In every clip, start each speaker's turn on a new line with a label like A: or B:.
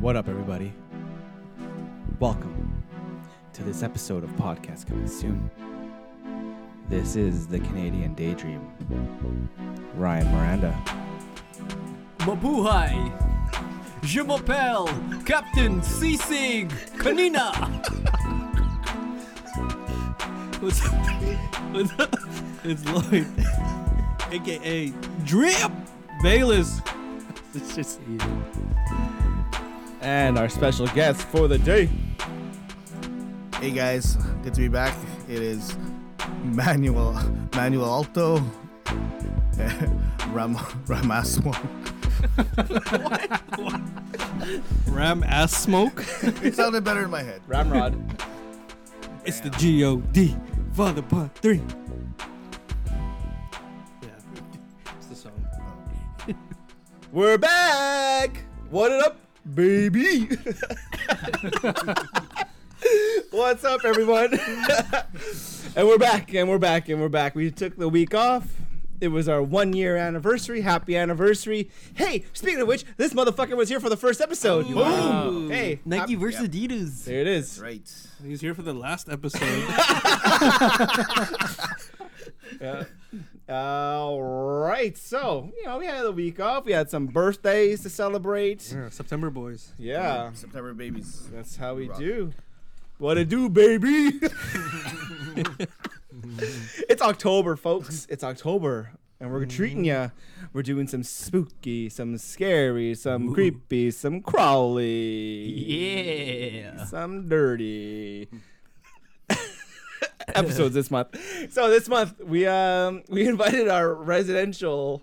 A: What up, everybody? Welcome to this episode of Podcast Coming Soon. This is the Canadian Daydream. Ryan Miranda.
B: Mabuhay! Je m'appelle Captain Sisig Kanina! What's up? What's up? It's Lloyd, aka Drip Bayless. It's just you.
A: And our special guest for the day.
C: Hey guys, good to be back. It is Manuel Manuel Alto Ram Ramaswan.
B: Ram ass smoke.
C: It sounded better in my head.
A: Ramrod.
B: It's the G-O-D for the part three. Yeah, it's the song.
A: We're back! What it up, baby? What's up, everyone? and we're back, and we're back, and we're back. We took the week off. It was our one year anniversary. Happy anniversary. Hey, speaking of which, this motherfucker was here for the first episode.
B: Oh,
A: Boom! Hey,
D: Nike
A: hap-
D: versus Adidas.
A: There it is.
C: Right.
B: He's here for the last episode.
A: Yeah. All right. So, you know, we had a week off. We had some birthdays to celebrate.
B: Yeah, September boys.
A: Yeah.
C: September babies.
A: That's how we
C: Rock.
A: do. What it do, baby? it's October, folks. It's October, and we're treating ya. We're doing some spooky, some scary, some creepy, some crawly,
D: Yeah.
A: some dirty episodes this month. So this month we um we invited our residential.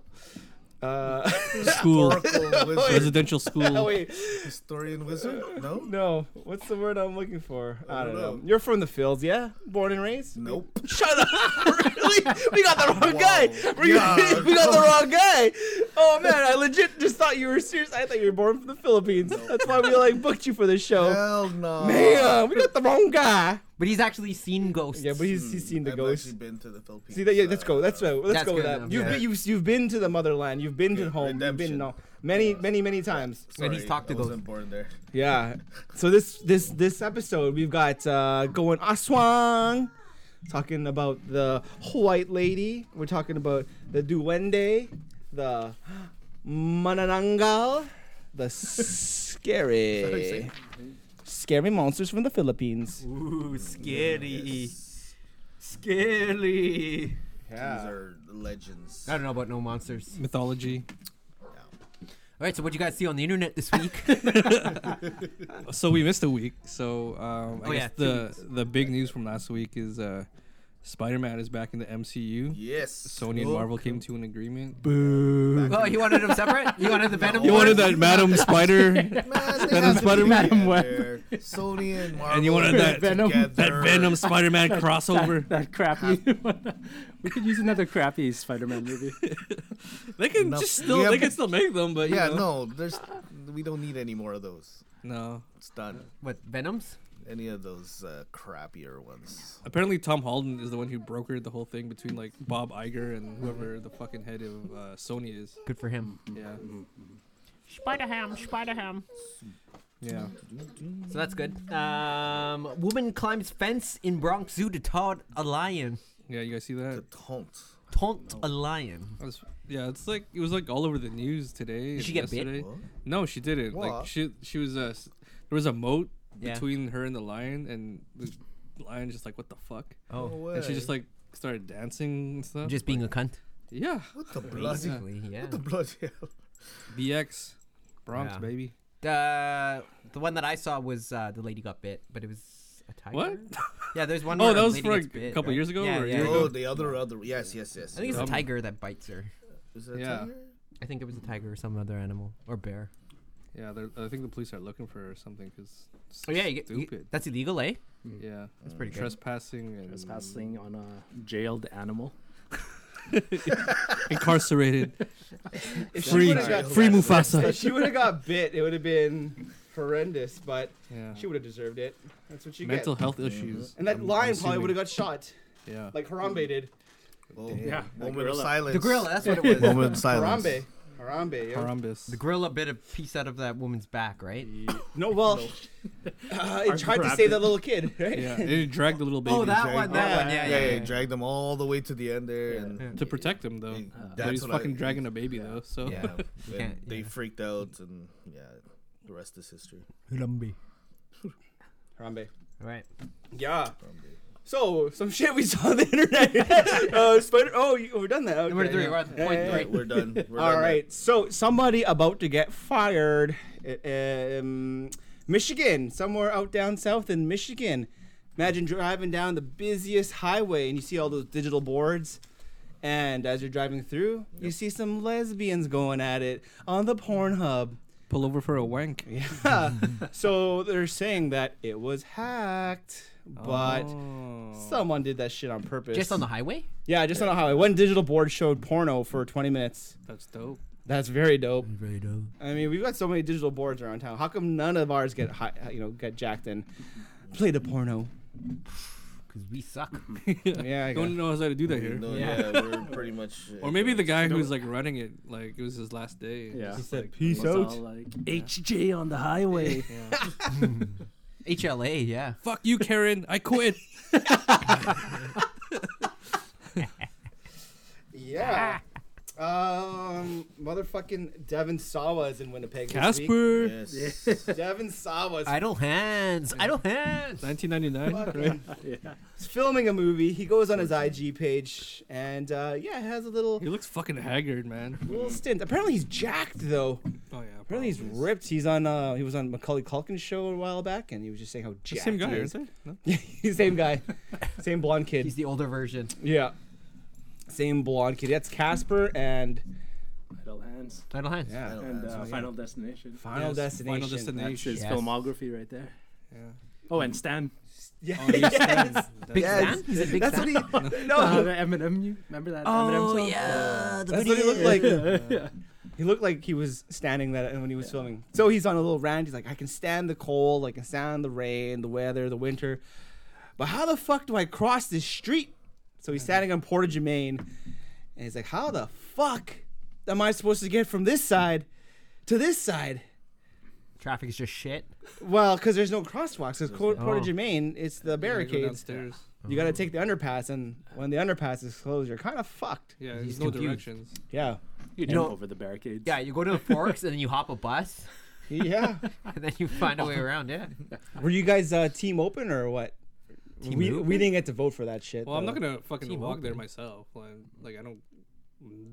A: Uh,
B: School.
C: Oracle wizard.
B: Residential school.
A: wait,
C: Historian wizard? No?
A: no. What's the word I'm looking for? I don't
C: don't
A: know.
C: know.
A: You're from the fields, yeah? Born and raised?
C: Nope.
A: Shut up! really? We got the wrong
C: Wow.
A: guy. We,
C: Yeah.
A: we got the wrong guy. Oh man, I legit just thought you were serious. I thought you were born from the Philippines. That's why we like booked you for this show.
C: Hell no.
A: Man, we got the wrong guy.
D: But he's actually seen ghosts.
A: Yeah, but he's, he's seen the
D: Hmm,
C: I've
A: ghost.
C: actually been to the Philippines. Uh,
A: See that? Yeah, let's go. That's right. Let's
D: That's
A: go with
D: good
A: that.
D: enough.
A: You've
C: Yeah.
A: been you've, you've been to the motherland. You've been to
C: Good.
A: home. You've been
C: Redemption.
A: no, many many many times.
C: Sorry,
D: he's talked to
C: I wasn't born there.
A: Yeah. So this this this episode we've got uh going Aswang talking about the white lady. We're talking about the duende, the mananangal, the scary scary monsters from the Philippines.
D: Ooh, scary.
C: Yes.
D: Scary.
C: These are legends.
D: I don't know about no monsters. All
B: Mythology.
D: right, so what you guys see on the internet this week?
B: So we missed a week. So um, I
D: Oh,
B: guess
D: yeah, two weeks.
B: the the big news from last week is uh, Spider Man is back in the MCU.
C: Yes.
B: Sony and Marvel came to an agreement.
C: Back
D: oh,
C: in-
D: you wanted them separate? You wanted the Venom?
B: You
D: boys?
B: wanted that Madam Spider,
C: Man,
B: Venom Spider-Man.
C: Madam
B: Madam Web.
C: Sony and Marvel.
B: and you wanted that
C: Venom.
B: that Venom Spider Man crossover.
E: That crappy one. We could use another crappy Spider-Man movie.
B: They can
C: Enough.
B: just still
C: We have-
B: they can still make them, but you
C: Yeah,
B: know.
C: no, there's we don't need any more of those.
B: no.
C: It's done.
D: What, Venoms?
C: Any of those uh, crappier ones.
B: Apparently, Tom Holland is the one who brokered the whole thing between like Bob Iger and whoever the fucking head of uh, Sony is.
D: Good for him.
B: Yeah,
D: Mm-hmm.
F: Spider Ham, Spider Ham.
B: yeah.
D: So that's good. Um, woman climbs fence in Bronx Zoo to taunt a lion.
B: Yeah, you guys see that?
C: The taunt.
D: Taunt a lion.
B: I was- yeah, it's like it was like all over the news today.
D: she
B: and
D: get bit?
B: yesterday.
C: What?
B: No, she didn't. Like
C: What?
B: she she was uh, s- there was a moat
D: Yeah.
B: between her and the lion, and the lion just like what the fuck,
C: No
D: Oh,
C: way.
B: and she just like started dancing and stuff.
D: just being a cunt.
B: yeah,
C: what the bloody
D: Basically, yeah.
C: what the bloody hell?
B: BX, Bronx
D: Yeah.
B: baby.
D: The Uh, the one that I saw was uh, the lady got bit, but it was a tiger.
B: What?
D: Yeah, there's one.
B: Oh,
D: where
B: that was
D: lady
B: for a
D: gets bit,
B: couple
D: right?
B: years ago
D: Yeah,
B: or a
D: yeah.
B: year
D: yeah.
B: ago?
C: Oh, the other other. Yes, yes, yes.
D: I think it's
B: Um,
D: a tiger that bites her.
C: Is that
B: yeah.
C: tiger?
D: I think it was a tiger or some other animal or bear.
B: Yeah, they're- I think the police are looking for her or something because
D: Oh yeah, you get, you-
B: stupid.
D: that's illegal, eh?
B: yeah,
D: That's pretty good.
B: trespassing and
E: Trespassing on a jailed animal.
B: incarcerated.
A: If she
B: Free-
A: would've got-
B: free Mufasa.
A: If she would have got bit, it would have been horrendous, but
B: Yeah.
A: she would have deserved it. That's what you
B: Mental
A: get.
B: health issues.
A: And that lion
B: I'm
A: probably
B: assuming.
A: would have got shot,
B: Yeah.
A: like Harambe did.
C: Oh,
E: Yeah, the
C: Moment of
E: gorilla.
C: silence.
D: The gorilla, that's what it was.
C: Moment of silence.
A: Harambe. Harambe. Yo.
B: Harumbus.
D: The gorilla bit a piece out of that woman's back, right?
A: No, well, uh, it tried
E: Arthur
A: to
E: grabbed
A: save
E: it.
A: that little kid, right?
B: Yeah, they dragged the little baby.
D: Oh, that
C: Jack.
D: one, that
A: Yeah,
D: one, yeah,
C: Yeah,
D: yeah.
C: yeah,
D: yeah,
C: dragged them all the way to the end there, and
B: to protect him though.
C: and
B: but he's
C: what I-
B: Uh, fucking dragging a baby though. So
D: yeah. You
C: and
D: can't-
C: they
D: yeah.
C: freaked out, and yeah, the rest is history.
A: Harambe.
D: Right.
A: Yeah. So some shit we saw on the internet. uh, Spider. Oh, you, we're done that. Okay.
D: Number three, we're at
A: Yeah,
D: point
A: yeah, yeah.
D: three.
C: We're done. We're
A: All
C: done.
A: right. So somebody about to get fired. uh, Um, Michigan, somewhere out down south in Michigan. Imagine driving down the busiest highway and you see all those digital boards. And as you're driving through, you see some lesbians going at it on the Pornhub.
B: pull over for a wank.
A: Yeah. so they're saying that it was hacked, but
B: Oh.
A: someone did that shit on purpose.
D: Just on the highway?
A: yeah, just on the highway. One digital board showed porno for 20 minutes.
B: that's dope.
A: That's very dope. I mean, we've got so many digital boards around town. How come none of ours get hi- you know get jacked in? Play the porno.
D: Because we suck.
A: Yeah, I
B: No one
A: guess.
B: knows how to do that here.
C: No,
D: Yeah.
C: yeah. we're pretty much.
B: Or maybe the guy who's like running it, like it was his last day. and
E: Yeah.
B: just,
E: He
A: said,
B: like,
A: "Peace
B: was all
A: out."
B: like,
E: HJ on the highway.
B: yeah.
D: HLA, yeah.
B: Fuck you, Karen. I quit.
A: yeah. Um, motherfucking Devin Sawa is in Winnipeg. this week.
B: Casper.
C: Yes.
A: Devin Sawa is
D: Idle hands. Idle hands.
B: 1999.
A: fucking- He's filming a movie. He goes on his IG page and uh, yeah, has a little
B: He looks fucking haggard, man.
A: little stint. Apparently he's jacked though.
B: Oh yeah.
A: Apparently he's
B: probably.
A: ripped. He's on uh, he was on Macaulay Culkin's show a while back and he was just saying how
B: It's the
A: jacked
B: same guy,
A: he
B: isn't
A: is.
B: it? No?
A: Yeah, he's the same guy. same blonde kid.
D: He's the older version.
A: yeah. Same blonde kid. That's Casper and
E: Idle Hands.
D: Idle hands.
A: yeah.
E: And
C: Idle
E: uh,
C: Hands.
E: Final Destination.
A: Final
B: Yes,
A: Destination.
B: Final
E: That's
B: Destination.
E: his
D: Yes.
E: filmography right there.
B: Yeah.
E: Oh, and Stan.
A: Yeah.
B: Oh, he's
A: Yes.
B: That's-
D: Big
A: Yes.
D: fan? He's a big
A: That's
D: fan?
A: what he No.
E: Uh, the Eminem, you remember that? Eminem
D: Oh,
E: song?
D: yeah. The
A: That's what he
D: video.
A: looked like. He looked like he was standing that when he was filming. So he's on a little rant. He's like, I can stand the cold, I can stand the rain, the weather, the winter, but how the fuck do I cross this street? So he's standing on Portage, Maine, and he's like, How the fuck am I supposed to get from this side to this side?
D: Traffic is just shit.
A: Well, because there's no crosswalks. Because Portage,
D: Oh.
A: Maine, it's the
B: Yeah, you go
A: barricades.
B: downstairs.
A: You got to take the underpass, and when the underpass is closed, you're kind of fucked.
B: Yeah,
D: He's
B: there's no
D: confused.
B: directions.
A: Yeah.
E: You
D: know-
E: jump over the barricades.
D: Yeah, you go to the forks and then you hop a bus
A: Yeah.
D: and then you find a way around. Yeah.
A: Were you guys uh, team open or what?
D: Team
A: we,
D: open?
A: we didn't get to vote for that shit.
B: Well, I'm
A: though.
B: not gonna fucking
D: Team
B: walk
D: up,
B: there
D: man.
B: myself. Like, like I don't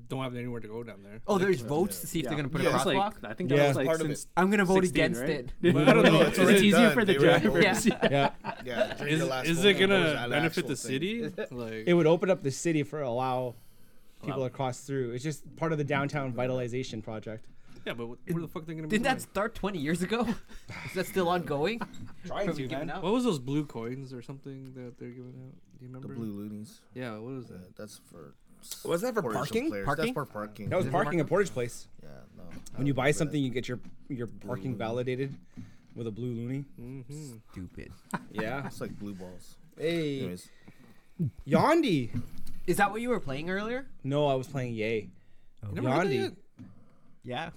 B: don't have anywhere to go down there.
D: Oh,
B: Like,
D: there's votes to see if
E: Yeah.
D: they're gonna put
E: Yeah,
D: a
E: it's
D: crosswalk.
E: Like, I think that
A: Yeah.
E: was like
C: Part of
E: since
D: I'm gonna vote
E: 16,
D: against
E: right?
D: it.
B: But I don't know.
C: It's
B: It's,
C: already
B: it's easier
C: done.
E: for the
C: They already
E: drivers.
C: voted.
D: Yeah.
A: Yeah,
C: Yeah, drink
B: Is,
C: your last
B: is
C: one.
B: it
C: That was
B: gonna
C: an
B: benefit
C: actual
B: the
C: thing.
B: city? Like,
A: it would open up the city for allow people
E: Allow-
A: to cross through. It's just part of the downtown vitalization project.
B: yeah, but what, where the fuck they gonna be?
D: Didn't that
B: going?
D: start 20 years ago? Is that still ongoing?
A: Trying
D: Have we given up?
B: What was those blue coins or something that they're giving out? Do you
C: The
B: remember?
C: blue loonies.
B: Yeah, what was
C: Yeah,
B: that?
C: that's for. s-
A: Was that for
C: Portage
A: parking?
C: Players.
D: Parking?
C: That's for parking.
A: That was
D: Is it
A: parking
D: Mark-
A: at Portage Place.
C: Yeah, no.
A: When you buy something, you get your your parking validated with a blue loony.
B: Mm-hmm.
D: Stupid.
A: Yeah.
C: It's like blue balls.
A: hey,
C: Anyways,
A: Yandi.
D: Is that what you were playing earlier?
A: No, I was playing Yay. Yandi.
D: Yeah.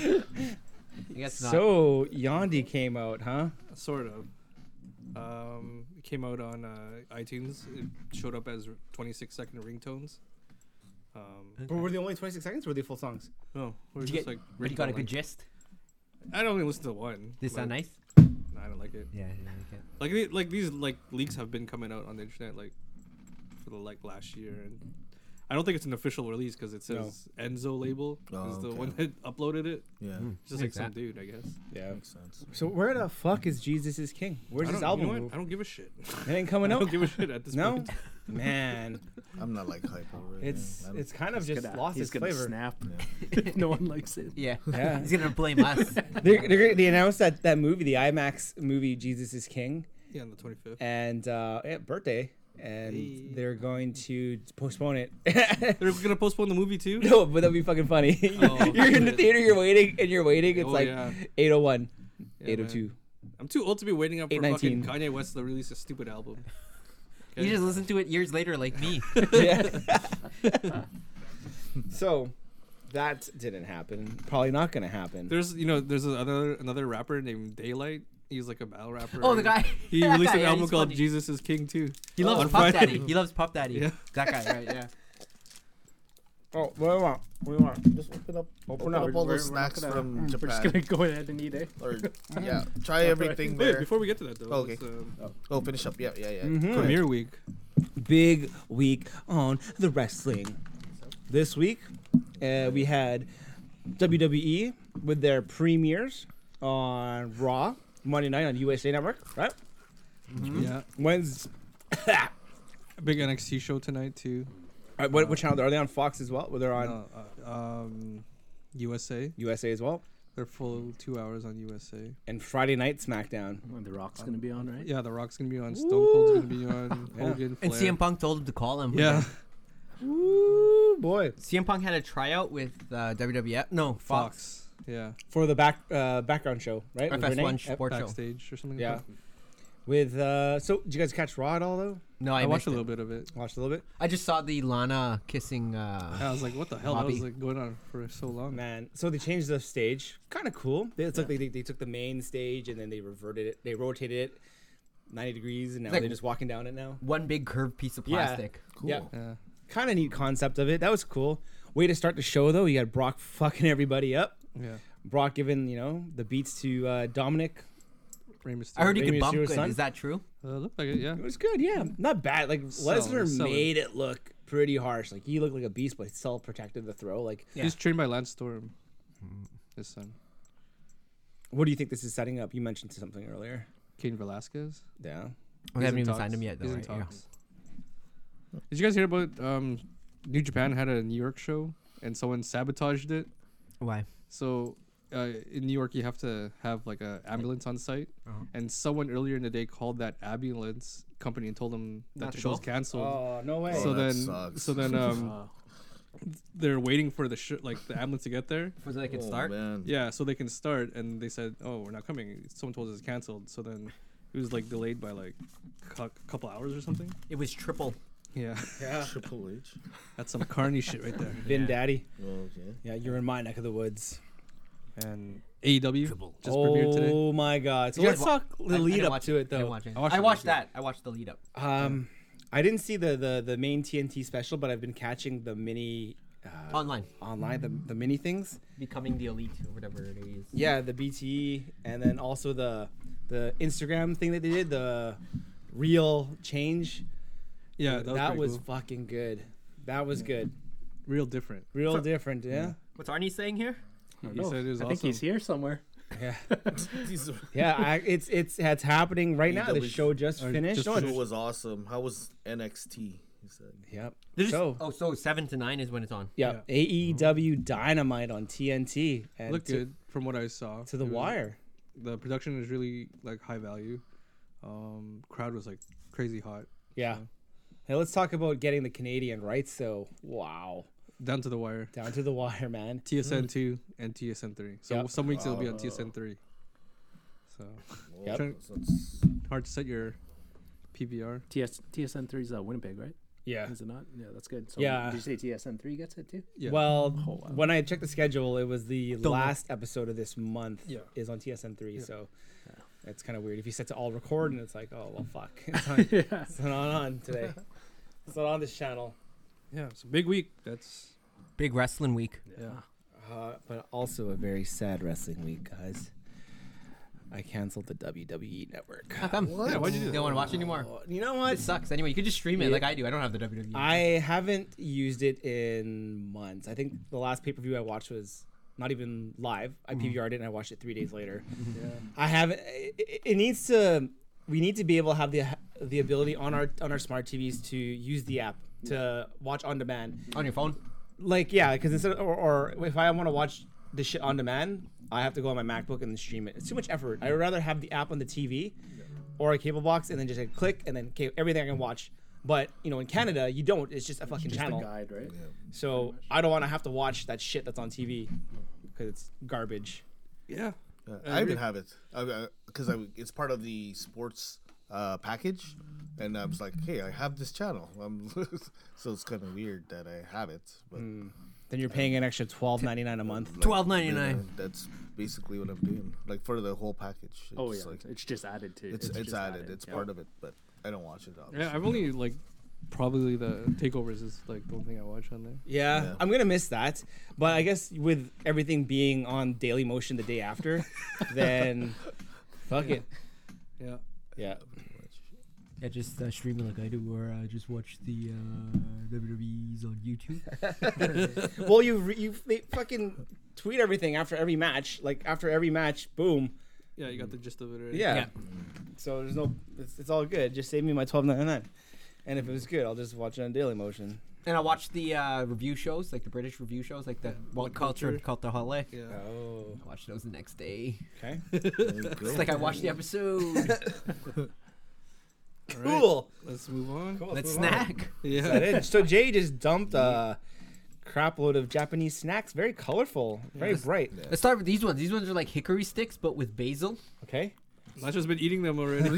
D: I guess not.
A: So Yandi came out, huh?
B: Sort of. Um, it came out on uh, iTunes. It showed up as 26 second ringtones. Um,
A: But were they only 26 seconds? Or were they full songs?
B: no, we're
D: Did
B: just
D: you, get,
B: like.
D: but you got a
B: ringtone,
D: good
B: like-
D: gist?
B: I don't even listen to one.
D: Did it sound
B: like,
D: nice?
B: I don't like it.
D: Yeah, yeah, okay.
B: Like the- like these like leaks have been coming out on the internet like for the like last year, and I don't think it's an official release because it
A: No.
B: says Enzo label
C: Oh,
B: is the
C: okay.
B: one that uploaded it.
C: yeah,
B: It's just like some
D: Exactly.
B: dude, I guess.
A: Yeah.
C: makes sense.
A: So where the fuck is Jesus is King? Where's
B: I
A: his
B: don't- you know
A: album?
B: what? I don't give a shit.
A: It ain't
B: I
A: coming out.
B: don't give a shit at this
A: No,
B: point.
A: man,
C: I'm not like hype over it. yeah.
A: it's
C: I don't-
A: it's kind of
E: He's
A: just
E: gonna-
A: lost
E: he's
A: its
E: gonna
A: flavor.
E: snap if no one likes it.
D: Yeah.
A: Yeah.
D: He's gonna blame us.
A: They're, they're, they announced that that movie, the IMAX movie Jesus is King,
B: Yeah, on the 25th.
A: and uh, yeah, birthday, and
B: Hey.
A: they're going to postpone it.
B: They're gonna postpone the movie too.
A: no, but that'd be fucking funny.
B: Oh,
A: you're in the
B: shit.
A: theater, you're waiting, and you're waiting. It's
B: Oh,
A: like
B: yeah.
A: 801,
B: Yeah,
A: 802.
B: man. I'm too old to be waiting up for fucking
A: 819.
B: Kanye West to release a stupid album.
D: You just listen to it years later, like me.
A: yeah. so that didn't happen. Probably not gonna happen.
B: There's you know there's another another rapper named Daylight. He's like a battle rapper.
D: Oh, the guy.
B: He
D: that
B: released
D: guy,
B: an
D: yeah,
B: album
D: he's
B: called
D: funny.
B: Jesus is King too.
D: He loves
B: on
D: Puff
B: Friday.
D: Daddy. He loves Puff Daddy.
B: Yeah.
D: That guy, right? Yeah.
A: Oh, what do you want? What do you want?
C: Just open up,
A: Open
C: open
A: up.
C: up all
E: We're-
C: those
E: we're not
C: snacks
E: gonna-
C: from
E: We're just
C: Japan.
E: gonna go ahead and eat it.
C: Or, yeah, try everything
B: Wait,
C: there.
B: before we get to that though,
C: Okay.
B: let's, um,
C: Oh, finish up. Yeah, yeah, yeah.
A: Mhm.
C: Go ahead.
B: Premiere Week.
A: Big week on the wrestling. This week, uh, we had WWE with their premieres on Raw Monday night on USA Network, right?
D: Mm-hmm.
B: Yeah,
A: When's
B: a big NXT show tonight too.
A: uh, what, what channel are they on? Fox as well? Well, they're on
B: No, uh, um, USA.
A: USA as well.
B: They're full two hours on USA.
A: And Friday night SmackDown.
E: When the Rock's gonna be on, right?
B: Yeah, The Rock's gonna be on. Stone Cold's gonna be on.
A: Yeah.
B: Hogan.
D: And
B: Flair.
D: CM Punk told him to call him.
B: Yeah.
A: Ooh boy,
D: CM Punk had a tryout with uh, WWF. No, Fox.
B: Fox. Yeah.
A: for the back uh, background show, right? With Renee?
D: FS1
A: Yep.
D: Sports Show.
B: Backstage or something.
A: Yeah.
B: Like that.
A: Mm-hmm. With uh, so did you guys catch Raw at all though?
D: No, I,
B: I, watched
D: missed
B: a
D: it.
B: little bit of it.
A: Watched a little bit.
D: I just saw the Lana kissing. Uh,
A: Oh.
B: I was like, what the hell? That was
D: Bobby.
B: like going on for so long.
A: Man, so they changed the stage. Kind of cool. They, it's like they, they took the main stage and then they reverted it. They rotated it 90 degrees, and now
D: Like-
A: they're just walking down it now.
D: one big curved piece of
A: Yeah.
D: plastic.
C: Cool.
A: Yeah,
B: Yeah.
A: kind of neat concept of it. That was cool. Way to start the show though. You got Brock fucking everybody up.
B: Yeah.
A: Brock giving you know the beats to uh, Dominic.
B: Rey Mysterio.
D: I heard he
A: Rey
D: could bump
A: Mysterio's
D: good.
A: son?
D: Is that true?
B: Uh, looked like it. Yeah.
A: It was good. Yeah, not bad. Like
B: Solid,
A: Lesnar
B: solid.
A: made it look pretty harsh. Like he looked like a beast, but still protected the throw. Like,
D: Yeah.
B: He's trained by Lance Storm.
D: Mm.
B: His son,
A: what do you think this is setting up? You mentioned something earlier.
B: Kane Velasquez.
A: Yeah.
D: We
B: He's
D: haven't
B: in
D: even
B: talks.
D: signed him yet, though.
B: He's in
D: Right? Yeah.
B: talks. Did you guys hear about um, New Japan had a New York show and someone sabotaged it?
D: Why?
B: So uh, in New York, you have to have like a ambulance on site,
D: Uh-huh.
B: and someone earlier in the day called that ambulance company and told them that
D: Not
B: the
D: to
B: show's
D: go?
B: canceled.
A: Oh no way.
B: so
C: Oh, that
B: then,
C: sucks.
B: so then, um, they're waiting for the sh- like the ambulance to get there.
D: For they can
C: Oh,
D: start.
C: Man.
B: Yeah, so they can start, and they said, "Oh, we're not coming." Someone told us it's canceled. So then, it was like delayed by like a couple hours or something.
D: It was triple.
B: Yeah,
A: yeah.
C: Triple H.
B: that's some carny shit right there.
A: Vin Daddy.
C: Okay.
A: Yeah, you're in my neck of the woods.
B: And AEW E just
A: oh
B: premiered today.
A: my god. So
D: You
A: let's
D: guys wa-
A: talk
D: I- I
A: the lead
D: didn't
A: up
D: watch
A: to it
D: I didn't
A: though.
D: watch it.
B: I watched
D: I
B: it,
D: watched
B: it was
D: that. I watched the lead up.
A: um, I didn't see the, the the main TNT special, but I've been catching the mini uh,
D: Online.
A: online the the mini things.
D: Becoming the elite or whatever it is.
A: Yeah, the BTE, and then also the the Instagram thing that they did, the real change.
B: Yeah,
A: that
B: that
A: was,
B: was, pretty cool.
A: fucking good. That was good.
B: real different.
A: Real different, yeah.
D: What's Arnie saying here?
E: I, don't
B: He
E: know.
B: said it was
E: Oh, I think he's
B: awesome.
E: here somewhere.
A: Yeah,
C: This
A: yeah. I, it's it's it's happening right now. The
C: EW.
A: show just
B: Or
A: finished.
B: just
A: No,
C: show
A: it's-
C: was awesome. How was NXT? He said.
A: Yep.
D: They're just-
A: So
D: oh, so seven to nine is when it's on.
A: yeah, AEW Dynamite on TNT and
B: Looked
A: to,
B: good from what I saw.
A: to the
B: It was-
A: wire.
B: The production is really like high value. Um, crowd was like crazy hot.
A: Yeah. Hey, let's talk about getting the Canadian rights. So wow,
B: Down to the wire.
A: down to the wire, man.
B: TSN two and TSN three. So
A: Yeah.
B: some weeks it'll
A: Uh,
B: be on TSN three. So
C: Well,
A: Yep.
C: that's- that's-
B: hard to set your PBR.
E: TS, TSN 3's uh, Winnipeg, right?
A: Yeah.
E: Is it not? Yeah, that's good. So
A: Yeah.
E: Did you say TSN 3 gets it too?
B: Yeah.
A: Well,
E: Oh, wow.
A: when I checked the schedule, it was the
D: know.
A: last episode of this month
B: Yeah.
A: is on TSN three.
B: Yeah.
A: So that's kind of weird. If you set to all record, and it's like, oh well, fuck, it's, on, it's not on today. It's not on this channel.
B: yeah, it's a big week. That's
D: Big wrestling week.
B: yeah.
A: Uh, but also a very sad wrestling week, guys. I canceled the WWE network.
D: How come?
C: What? Yeah,
D: why'd
C: why'd
D: you
C: you
D: do Don't want to watch anymore.
A: You know
D: It
A: what?
D: sucks. Anyway, you could just stream it
A: Yeah.
D: like I do. I don't have the E. WWE.
A: I haven't used it in months. I think the last pay per view I watched was not even live. I PVR'd it and I watched it three days later. I haven't. i- i- It needs to. We need to be able to have the the ability on our on our smart TVs to use the app to watch on demand.
D: on your phone.
A: Like yeah, because instead or, or if I want to watch the shit on demand, I have to go on my MacBook and stream it. It's too much effort. I would rather have the app on the TV or a cable box and then just like, click and then okay, everything I can watch. But you know, in Canada, you don't. It's just a fucking
E: Just
A: channel.
E: the guide, right?
A: So I don't want to have to watch that shit that's on TV because it's garbage.
B: Yeah.
C: yeah,
B: I
C: I
B: agree.
C: even have it because I, it's part of the sports uh, package, and I Um, was like, hey, I have this channel. i so it's kind of weird that I have it, but
A: Then you're paying an extra twelve ninety nine a month.
C: Like,
D: $12.99.
C: yeah, That's basically what I'm doing. Like for the whole package. It's
E: Oh yeah,
C: Like,
E: it's just added to.
C: it's it's,
E: just
C: added. It's
E: yeah.
C: part of it, but I don't watch it. Obviously.
B: Yeah, I've only like probably the takeovers is like the only thing I watch on there.
A: Yeah,
C: Yeah.
A: I'm gonna miss that. But I guess with everything being on Daily Motion the day after, then fuck it.
B: Yeah.
A: Yeah.
G: Yeah, just uh, streaming like I do, or uh, just watch the uh, WWE's on YouTube.
A: Well, you re- you they fucking tweet everything after every match. Like after every match, boom.
B: Yeah, you got the
A: Mm.
B: gist of it. Right?
A: Yeah. So there's no, it's, it's all good. Just save me my twelve ninety nine. And if it was good, I'll just watch it on Daily Motion.
D: And I watch the uh, review shows, like the British review shows, like the What Culture and Culture Hale.
B: Yeah.
A: Oh.
D: I watch those the next day.
A: Okay.
D: It's like I watched the episode.
B: All right,
A: Cool.
B: Let's move on.
A: Cool.
D: Let's
A: move on.
D: snack.
B: Yeah.
A: Is that it? So Jay just dumped a crap load of Japanese snacks. Very colorful. Very bright.
D: Let's start with these ones. These ones are like hickory sticks, but with basil.
A: Okay.
B: Nacho's been eating them already.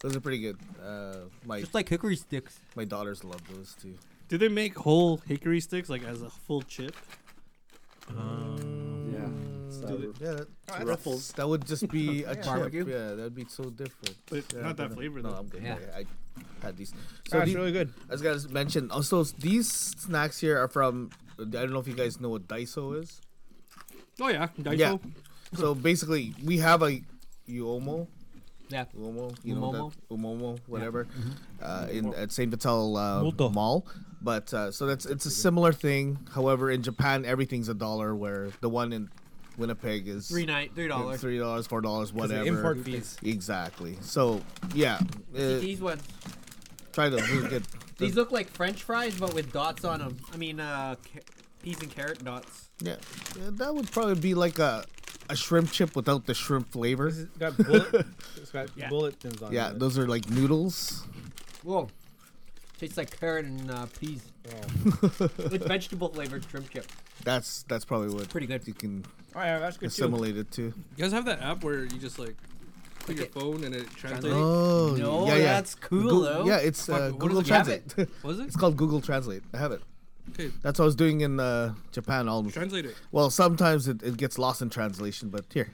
C: Those are pretty good. Uh, my
D: Just like hickory sticks.
C: my daughters love those too.
B: Do they make whole hickory sticks like as a full chip?
E: Yeah.
C: That
B: they-
C: would- yeah, that- that's-
E: Ruffles.
C: That would just be a chip.
D: Barbecue?
C: Yeah, that'd be so different.
B: But
C: Yeah,
B: not
C: but
B: that flavor,
C: No,
B: though.
C: I'm good.
D: Yeah.
C: Yeah. I had these.
A: So
C: So
A: That's
C: the-
A: really good.
C: I was gonna mention also oh, these snacks here are from. I don't know if you guys know what Daiso is.
B: Oh yeah, Daiso.
C: Yeah. So basically, we have a Uomo.
D: Yeah.
C: Uomo, you know
D: Umomo.
C: that Umomo, whatever, uh, in at Saint Vital uh, Mall. But uh, so that's it's a similar thing. However, in Japan, everything's a dollar, where the one in Winnipeg is
D: Three night, three
C: yeah,
D: dollars.
C: three dollars, four dollars, whatever.
A: Import fees.
C: Exactly. So yeah, uh,
D: These ones.
C: try to look at
D: These look like French fries, but with dots on them. I mean, uh, ca- peas and carrot dots.
C: yeah, yeah, that would probably be like a a shrimp chip without the shrimp flavor.
A: It's got bullet. it's got bullet pins on
C: Yeah,
A: it.
C: those are like noodles.
D: Whoa. Tastes like carrot and uh, peas. it's vegetable flavored shrimp chip.
C: That's that's probably what
D: Pretty good.
C: you can
A: All right, that's good too.
C: assimilate it to.
B: You guys have that app where you just like put your
D: Okay.
B: phone and it translates.
C: Oh,
D: No,
C: yeah, yeah.
D: that's cool,
C: Goo-
D: though.
C: Yeah, it's
B: Fuck,
C: uh,
B: what
C: Google
B: is it? You have
C: Translate.
B: Was it?
C: it's called Google Translate. I have it.
B: Okay.
C: That's what I was doing in uh, Japan. All
B: Translate it.
C: well, sometimes it, it gets lost in translation, but here,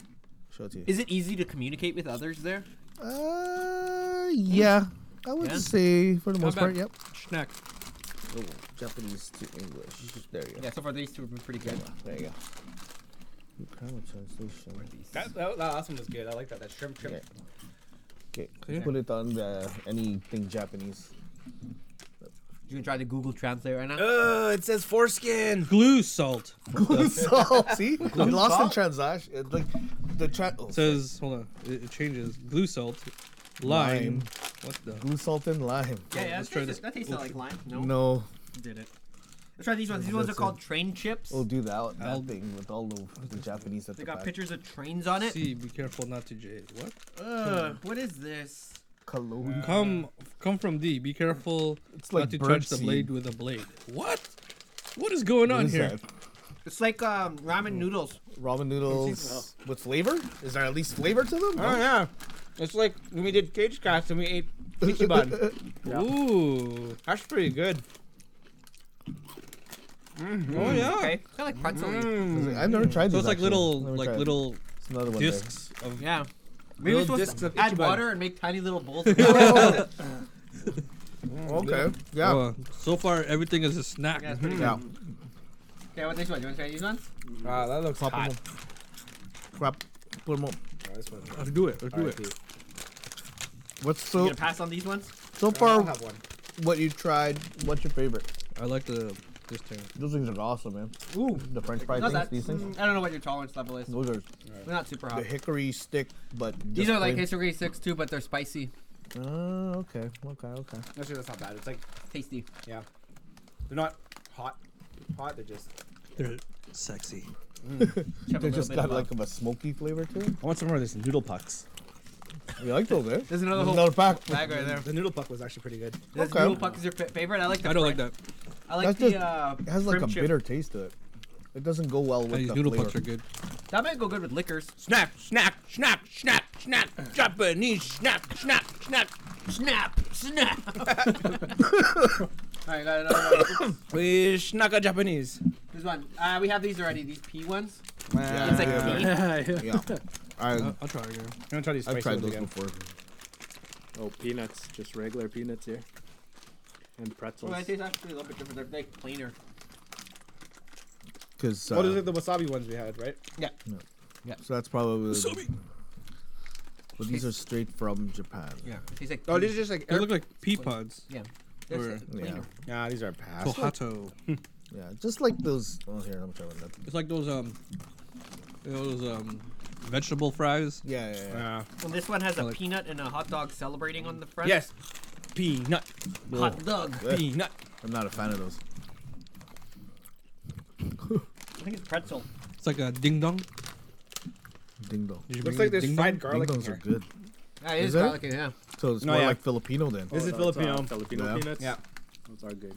C: show it to you.
D: Is it easy to communicate with others there?
C: uh, yeah, I would
D: Yeah.
C: say for the
B: Not
C: most part,
B: bad.
C: yep.
B: Snack.
C: Oh, Japanese to English. There you go.
D: Yeah, so far these two have been pretty good.
C: There you go. Grammar translation.
A: That, that, that last one was good. I like that. That shrimp chip.
C: Okay,
B: Clear.
C: put it on the anything Japanese.
D: You can try the Google Translate right now.
C: Uh,
A: Oh, it says foreskin.
B: Glue salt.
C: so, see, we lost in translation. It, Like the tra- oh,
B: says hold on. It, it changes. Glue salt. Lime.
C: Lime.
B: What the
C: blue salt and lime.
D: yeah, yeah,
B: let's
D: that
B: try this.
D: tastes, that tastes not like lime. No.
C: No, Oh,
E: Did it.
D: Let's try these ones. These ones are
C: That's
D: called train chips.
C: we'll do that, that
B: I'll-
C: thing with all the, the Japanese at
D: They
C: the
D: got
C: back.
D: pictures of trains on it.
B: See, be careful not to J. What?
D: Ugh, what is this?
A: Uh,
C: Cologne.
B: Come, come from D. Be careful
C: It's
B: not
C: like
B: to touch the
C: birdseed.
B: blade with a blade. What? What is going
C: What
B: on
C: is
B: here?
C: that?
D: It's like um, ramen noodles.
C: Ramen noodles with flavor? Is there at least flavor to them?
A: Oh yeah, it's like when we did cage cast and we ate ichiban.
B: Ooh.
A: That's pretty good. Oh yeah.
D: Okay, kind of like pretzel.
C: It's like- I've never tried
B: So
C: these.
B: it's like
C: actually.
B: little,
C: Never
B: like
C: tried.
B: little
C: It's another one there.
B: discs
C: Mm.
B: of.
D: Yeah. Maybe
A: Little
D: we're supposed
A: discs
D: to
A: of
D: add
A: Ichiban.
D: water and make tiny little bowls.
C: Okay. Yeah.
B: Oh, so far, everything is a snack.
D: Yeah, it's pretty
C: yeah.
D: Okay, what next one? You want to try these ones?
A: Wow, that looks
C: Pop 'em
A: hot.
C: up. Crap. Put 'em up.
A: Oh, This one's
B: Let's do it. Let's do
A: RIP.
B: it.
C: What's
D: You
C: so
D: gonna pass on these ones?
C: so
D: Oh,
A: I'll
C: far?
A: have one.
C: What you tried? What's your favorite?
B: I like the this thing.
C: Those things are awesome, man. Ooh, the French fry
D: Not
C: things.
D: that.
C: These things.
D: I don't know what your tolerance level is.
C: Those are
D: They're not super
C: the
D: mm. hot.
C: hickory stick, but
D: These
C: just
D: are like
C: plain-
D: Hickory Six too, but they're spicy,
C: Oh, okay, okay, okay.
A: Actually, that's not bad. It's like
D: tasty.
A: yeah, they're not hot. Hot. They're just.
B: They're sexy.
D: Chop a
C: They
D: little
C: just
D: bit
C: got
D: above.
C: like of a smoky flavor to it.
A: I want some more of this noodle pucks.
C: You like those, eh?
D: There's another
C: There's
D: whole
C: another pack.
D: bag right there.
A: The noodle puck was actually pretty good.
D: This
C: Okay.
D: noodle puck is your fa- favorite. I like the.
B: I don't like
D: fri-
B: that.
D: I like
C: That's
D: the.
C: just-
D: uh,
C: It has like
D: shrimp
C: a
D: chip.
C: bitter taste to it. It doesn't go well with
B: These
C: the
B: noodle
C: flavor.
B: pucks are good.
D: That might go good with liquors.
A: Snap, snap, snap, snap, snap. Japanese snap, snap, snap.
D: Snap, snap. Alright, got another one.
A: We Shinaka Japanese.
D: This one. Uh, we have these already, these P ones.
C: Yeah,
D: It's like Oh.
C: yeah,
D: tea.
E: yeah.
C: yeah. I,
B: I'll, I'll try again.
A: I'm gonna try these
C: I've
A: spicy
C: tried
A: ones
C: those
A: again.
C: before.
E: Oh, peanuts. Just regular peanuts here. And pretzels.
D: Well, that tastes actually a little bit different. They're like plainer.
C: Cause,
A: What is
C: uh,
A: it? The wasabi ones we had, right?
C: so that's probably. Well, these are straight from Japan.
D: Yeah. Tastes like.
A: Oh,
D: pea.
A: these are just like.
B: They look like pea pods.
D: Yeah. They're
B: Or-
D: s- plainer.
A: Nah, these are past.
B: Pohato.
C: Yeah, just like those. Oh, here, let me try one. That's-
B: It's like those um, you know, those um, vegetable fries.
C: Yeah, yeah, yeah.
A: Uh,
D: Well, this one has a
B: Like-
D: peanut and a hot dog celebrating on the front.
A: yes. Peanut.
D: Hot dog.
C: Ugh,
A: Peanut.
C: I'm not a fan of those.
D: I think it's pretzel.
B: It's like a ding dong.
C: Ding dong.
B: Did you
A: Looks
B: bring the
A: like there's
B: ding
A: fried
B: dong?
C: Ding
A: garlic in
C: dongs are
A: here.
C: good. Is
D: Yeah, it is,
C: it?
D: garlic, yeah.
C: So it's
A: No,
C: more
A: yeah.
C: like Filipino then.
A: This is
E: those are
A: Filipino.
E: Filipino
C: Yeah.
E: peanuts.
A: Yeah.
E: Those are good.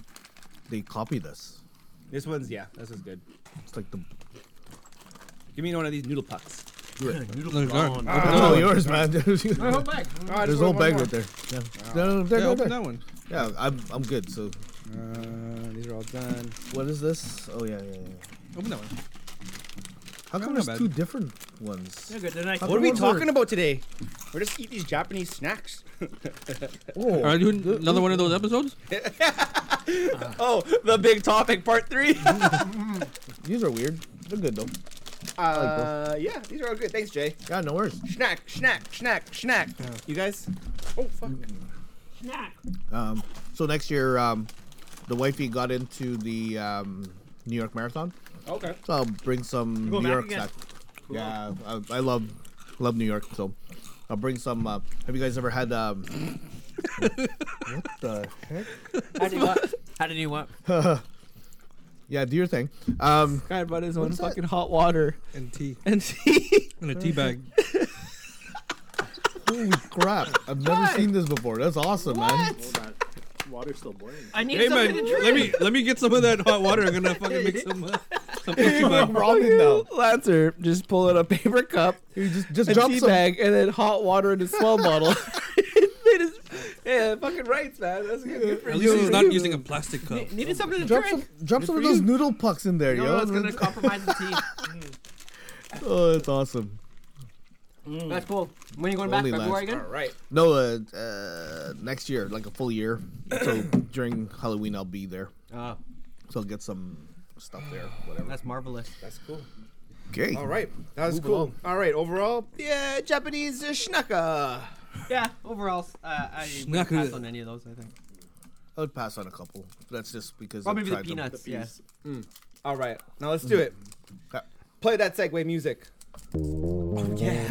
C: They copied us.
A: This one's yeah. This is good.
C: It's like the.
A: Give me one of these noodle pucks.
B: They're gone.
C: Oh,
A: no, no.
C: yours, man.
D: My whole
C: There's
D: bag.
A: Oh, I
C: a
A: just
C: whole
A: wanted one
C: bag
A: more.
C: right there. Yeah. No, no, no, there,
B: Yeah,
C: go
B: open
C: there.
B: that one.
C: Yeah, I'm, I'm good. So,
A: Uh, these are all done.
C: what is this? Oh, yeah, yeah, yeah.
B: Open that one.
C: How
B: not
C: come there's
B: bad.
C: two different ones?
D: They're good. They're nice.
C: How
A: What are we
C: Those are-
A: talking about today? We're just eating these Japanese snacks.
C: Oh,
B: Are you doing another one of those episodes?
C: Ah.
A: Oh, the big topic part three.
C: these are weird. They're good, though.
A: uh, yeah, these are all good. Thanks, Jay.
C: Yeah, no worries.
A: Snack, snack, snack, snack. You guys? Oh fuck.
F: Snack.
C: Um, so, next year, um, the wifey got into the um, New York Marathon.
A: Okay.
C: So, I'll bring some
D: Go
C: New
D: back
C: York
D: again.
C: snack. Yeah, I, I love love New York. So, I'll bring some. Uh, have you guys ever had. Um, what the heck?
D: How did you what? How did you what?
C: Yeah, do your thing. Um,
A: God, about his
C: What's that?
A: hot water
B: And tea.
A: and see.
B: And a tea bag.
C: Holy crap! I've never seen this before. That's awesome, man.
E: Hold on. Water's still boiling.
D: I need
B: Hey
D: something
B: man,
D: to drink.
B: let me let me get some of that hot water. I'm gonna fucking make some uh, some tea bag.
C: Ramen now.
A: Lancer just pulling a paper cup,
C: You just just
A: a
C: drop
A: tea
C: some.
A: bag, and then hot water in a small bottle. It is- yeah, fucking rights, man. That's good. Good for
B: At
A: you.
B: least he's not using a plastic cup.
D: Needed something to
C: Drop some,
D: drink.
C: drop some of those noodle pucks in there,
D: No,
C: yo.
D: it's gonna compromise the tea.
C: oh, that's awesome.
D: Mm. That's cool. When you going back?
C: Only
D: February
C: last
D: again?
A: All right.
C: No, uh, uh, next year, like a full year. So during Halloween, I'll be there.
D: Oh,
C: So I'll get some stuff there, whatever.
D: that's marvelous.
A: That's cool.
C: Okay.
A: All right. That was
C: Moving
A: cool.
C: on.
A: All right. Overall, yeah, Japanese uh, schnacka.
D: Yeah. Overall, uh, I
B: Snack
D: wouldn't pass
B: it.
D: on any of those. I think
C: I would pass on a couple. That's just because
D: probably
C: I've
D: the
C: tried them.
D: peanuts. Yeah.
A: All right. Now let's do it.
C: Okay.
A: Play that segue music. Oh, yeah.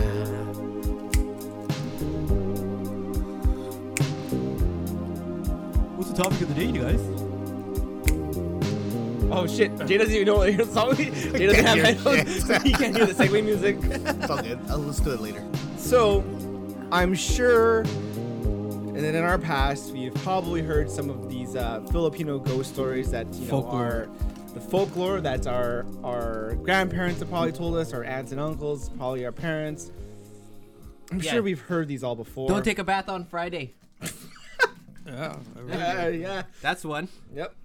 G: What's the topic of the day, you guys?
A: Oh shit. Jay doesn't even know what your song. Jay doesn't have
C: hear
A: headphones.
C: shit.
A: he can't hear the segue music.
C: It's all good. I'll listen to it later.
A: So, I'm sure, and then in our past, we've probably heard some of these uh, Filipino ghost stories that you know
B: Folklore.
A: are the folklore that's our our grandparents have probably told us, our aunts and uncles, probably our parents. I'm
D: Yeah.
A: sure we've heard these all before.
D: Don't take a bath on Friday.
B: Yeah. I really-
A: Uh, yeah.
D: That's one.
A: Yep.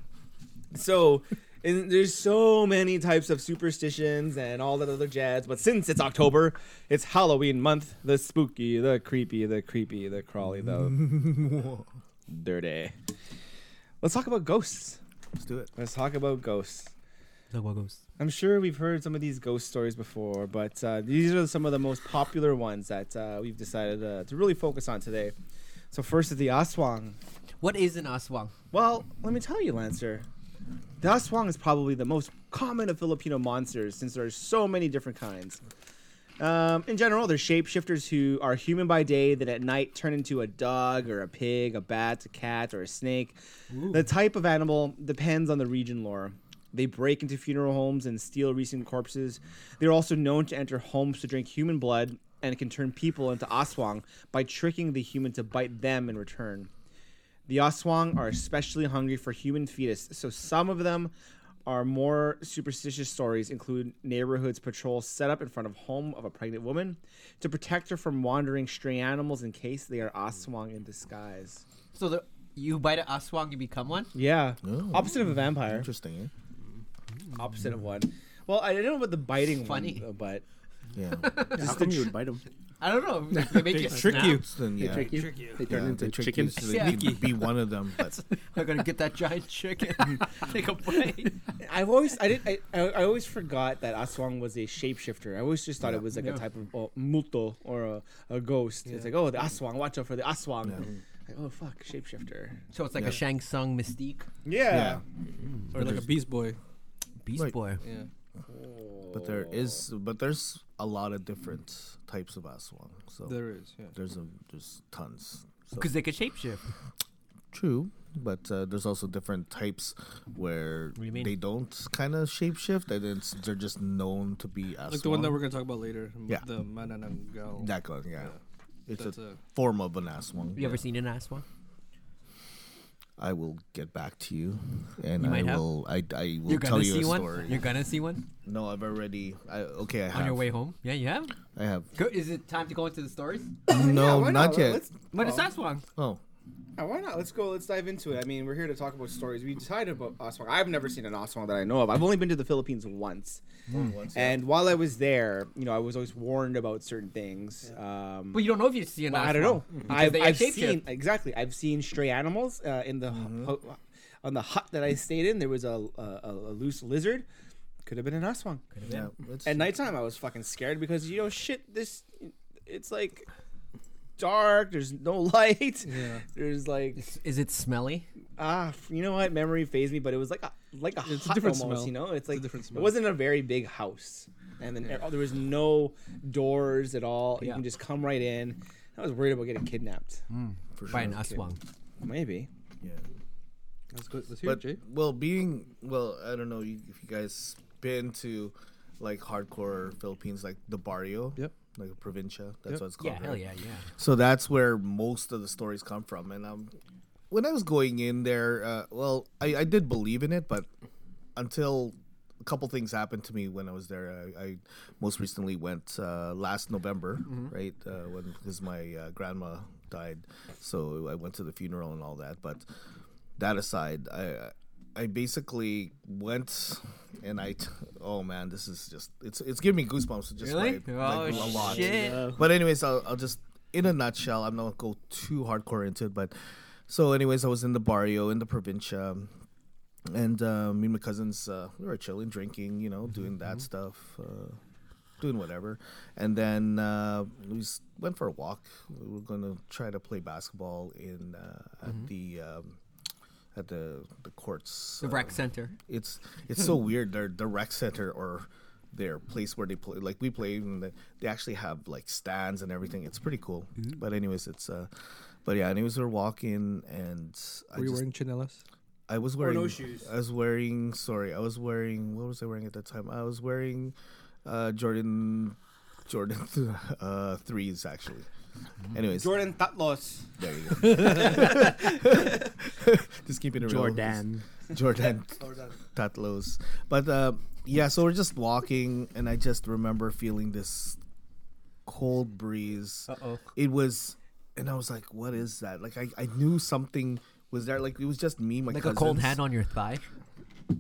A: So, and there's so many types of superstitions and all that other jazz. But since it's October, it's Halloween month. The spooky, the creepy, the creepy, the crawly, the dirty. Let's talk about ghosts.
C: Let's do it.
A: Let's talk about ghosts.
G: Talk about ghosts.
A: I'm sure we've heard some of these ghost stories before, but uh, these are some of the most popular ones that uh, we've decided uh, to really focus on today. So first is the Aswang.
D: What is an aswang?
A: Well, let me tell you, Lancer. The Aswang is probably the most common of Filipino monsters since there are so many different kinds. Um, in general, they're shapeshifters who are human by day, then at night turn into a dog or a pig, a bat, a cat, or a snake. The type of animal depends on the region lore. They break into funeral homes and steal recent corpses. They're also known to enter homes to drink human blood and can turn people into Aswang by tricking the human to bite them in return. The Aswang are especially hungry for human fetus, so some of them are more superstitious stories include neighborhoods patrols set up in front of home of a pregnant woman to protect her from wandering stray animals in case they are Aswang in disguise.
D: So the You bite an aswang, you become one.
A: Yeah.
C: Oh,
A: Opposite of a vampire.
C: Interesting. eh?
A: Opposite of one. Well, I don't know about the biting
D: Funny.
A: one, though, but
C: Eh? Yeah.
E: How come you would bite them?
D: I don't know. They make you
B: trick
D: snap.
B: you.
C: So then, yeah.
E: trick you.
B: Trick you.
E: They turn
C: yeah,
E: into
C: they trick
E: chicken.
C: You so that you can be one of them, but
D: I'm gonna get that giant chicken. Take a bite.
A: I've always I did I, I, I always forgot that Aswang was a shapeshifter. I always just thought it was like a type of uh, muto or a, a ghost. It's like oh the Aswang, watch out for the Aswang. Like, oh fuck, shapeshifter.
D: So it's like
C: Yeah.
D: a Shang Tsung mystique.
A: Yeah.
C: yeah.
B: Or like a beast boy.
D: Beast
C: Right.
D: Boy.
B: Yeah.
A: Oh.
C: But there is, but there's a lot of different types of aswang. So
B: There is. Yeah.
C: there's a, there's tons. So
D: Because they could shapeshift.
C: true, but uh, there's also different types where
D: do you mean?
C: they don't kind of shapeshift, and it's, they're just known to be aswang.
B: Like the one that we're gonna talk about later. m-
C: Yeah.
B: The Manananggal.
C: that one, yeah. It's
B: That's
C: a,
B: a-
C: form of an aswang.
D: You ever seen an aswang?
C: I will get back to you, and
D: You
C: I
D: might have.
C: will. I, I will
D: You're
C: tell
D: gonna
C: you
D: see
C: a
D: one.
C: story.
D: You're gonna see one
C: No, I've already. I, okay, I have.
D: on your way home. Yeah, you have.
C: I have.
D: Go, is it time to go into the stories?
C: No,
A: why
C: not, yet.
A: Let's,
D: But it's aswang.
C: Oh,
A: uh, why not? Let's go. Let's dive into it. I mean, we're here to talk about stories. We decided about Aswang. I've never seen an Aswang that I know of. I've only been to the Philippines once,
C: Hmm.
A: and while I was there, you know, I was always warned about certain things. Um,
D: But you don't know if you see an
A: Well,
D: aswang.
A: I don't know.
D: Because
A: I've,
D: they
A: I've
D: shapeshift.
A: seen exactly. I've seen stray animals uh, in the ho- ho- on the hut that I stayed in. There was a a, a loose lizard. Could have been an aswang.
C: yeah. It's,
A: At nighttime, I was fucking scared because you know shit. This it's like dark. There's no light.
B: Yeah.
A: There's like
D: Is- Is it smelly?
A: ah, f- you know what? Memory phased me, but it was like a like a
B: It's a
A: hut
B: different
A: almost.
B: smell.
A: You know, it's like
B: different
A: it
B: smell.
A: wasn't a very big house, and then there was no doors at all. You
D: Yeah.
A: can just come right in. I was worried about getting kidnapped.
C: for
D: By an
C: sure.
D: aswang.
A: Maybe.
C: Yeah.
B: Let's go. Let's hear it,
C: But
B: Jay.
C: well, being well, I don't know you- if you guys been to like hardcore Philippines, like the barrio.
B: Yep.
C: Like provincia. That's
B: Yep.
C: what it's called.
D: Yeah, hell
C: right?
D: yeah, yeah.
C: So that's where most of the stories come from. And um, when I was going in there, uh, well, I, I did believe in it, but until a couple things happened to me when I was there, I, I most recently went uh, last November,
D: Mm-hmm.
C: right? Uh, when because my uh, grandma died, so I went to the funeral and all that. But that aside, I I basically went. And I, t- oh man, this is just it's it's giving me goosebumps just
D: Really?
C: by,
D: oh
C: like, a lot.
D: shit!
C: But anyways, I'll, I'll just in a nutshell. I'm not gonna go too hardcore into it, but so anyways, I was in the barrio in the provincia, and uh, me and my cousins uh, we were chilling, drinking, you know, doing
D: Mm-hmm.
C: that stuff, uh, doing whatever, and then uh, we s- went for a walk. We were gonna try to play basketball in uh,
D: Mm-hmm.
C: at the. Um, at the the courts,
D: The
C: uh,
D: rec center.
C: it's it's so
B: Hmm.
C: weird their their rec center or their place where they play like we play and they, they actually have like stands and everything it's pretty cool but anyways it's uh but yeah anyways we're walking and I,
B: Were you
C: just,
B: wearing chinelas?
C: I was wearing
A: no shoes.
C: I was wearing sorry I was wearing what was I wearing at that time I was wearing uh Jordan Jordan uh threes actually
B: Hmm.
C: anyways
A: Jordan Tatlos.
C: there you go just keeping it real.
E: Jordan.
C: Jordan Tatlos. But uh, yeah, so we're just walking, and I just remember feeling this cold breeze.
D: Uh-oh.
C: It was, and I was like, "What is that?" Like I, I knew something was there. Like it was just me, my
D: Like a cold
C: cousins.
D: hand on your thigh.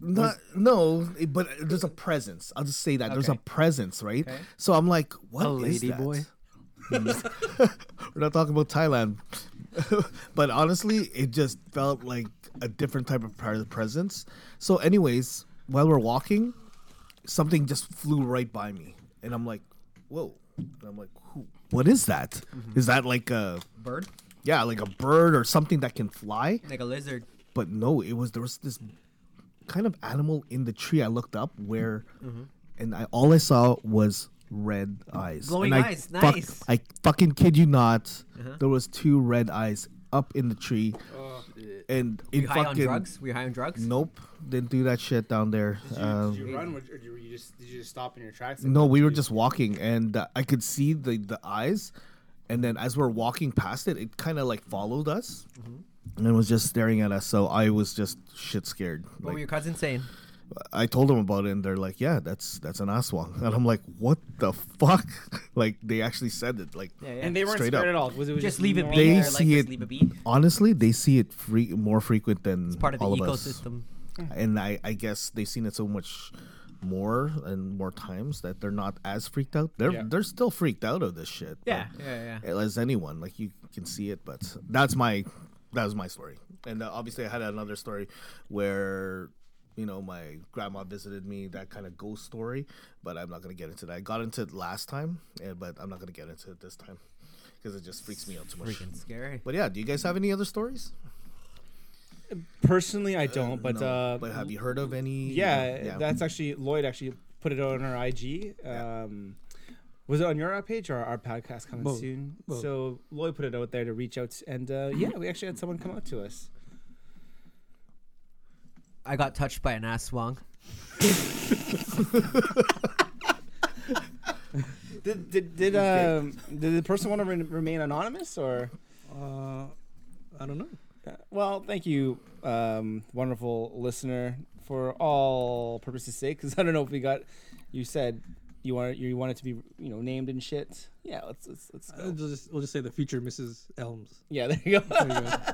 C: Not, no, it- but there's a presence. I'll just say that there's a
D: Okay.
C: presence, right? So I'm like, "What is
E: lady
C: that?"
E: boy?
C: We're not talking about Thailand. but honestly, it just felt like a different type of pre- presence. So, anyways, while we're walking, something just flew right by me, and I'm like, "Whoa!" And I'm like, Who, "What is that? Is that like a
D: Bird.
C: yeah, like a bird or something that can fly?"
D: Like a lizard.
C: But no, it was there was this kind of animal in the tree. I looked up where,
D: Mm-hmm.
C: and I all I saw was red eyes.
D: Glowing
C: And I
D: eyes,
C: fuck-
D: nice. Uh-huh.
C: I fucking kid you not. There was two red eyes up in the tree, and
D: We
C: it
D: high on
C: fucking
D: drugs? We high on drugs?
C: nope didn't do that shit down there. Um,
A: run, or did you just did you just stop in your tracks?
C: no, we were just walking, and uh, I could see the the eyes, and then as we're walking past it, it kind of like followed
A: Mm-hmm.
C: us. And was just staring at us, so I was just shit scared.
D: What
C: Like,
D: were your cousins saying?
C: I told them about it, and they're like, "Yeah, that's that's an aswang," and I'm like, "What the fuck?" like they actually said it. Like
D: Yeah, yeah.
A: And they weren't
C: Straight
A: scared
C: up.
A: at all. Was it was
D: just leave it
A: normal?
C: They
D: be. or, like,
C: see
D: just
C: it-
D: leave it be.
C: honestly, they see it free more frequent than
D: It's part of the
C: all
D: ecosystem.
C: of us.
A: Mm.
C: And I I guess they've seen it so much more and more times that they're not as freaked out. They're
A: Yeah.
C: they're still freaked out of this shit. but-
D: Yeah, yeah, yeah.
C: as anyone. Like you can see it, but that's my that was my story. And uh, obviously, I had another story where you know my grandma visited me, that kind of ghost story. But I'm not gonna get into that. I got into it last time, eh, but I'm not gonna get into it this time because it just freaks me out too much.
D: Freaking scary.
C: But yeah, do you guys have any other stories?
A: Personally, I don't. But
C: No.
A: uh,
C: but have you heard of any?
A: yeah, that's actually Lloyd actually put it on our IG. Um, was it on your page or our podcast coming
B: Both.
A: soon?
B: Both.
A: So Lloyd put it out there to reach out, and uh, yeah, we actually had someone come out to us.
D: I got touched by an aswang.
A: Did did did, um, did the person want to re- remain anonymous or?
B: Uh, I don't know.
A: Uh, Well, thank you, um, wonderful listener, for all purposes' sake. Because I don't know if we got. You said you want you wanted to be you know named and shit. Yeah, let's let's let's
B: I'll
A: go.
B: just, Uh, we'll just say the future Mrs. Elms.
A: Yeah, there you go.
B: There you go.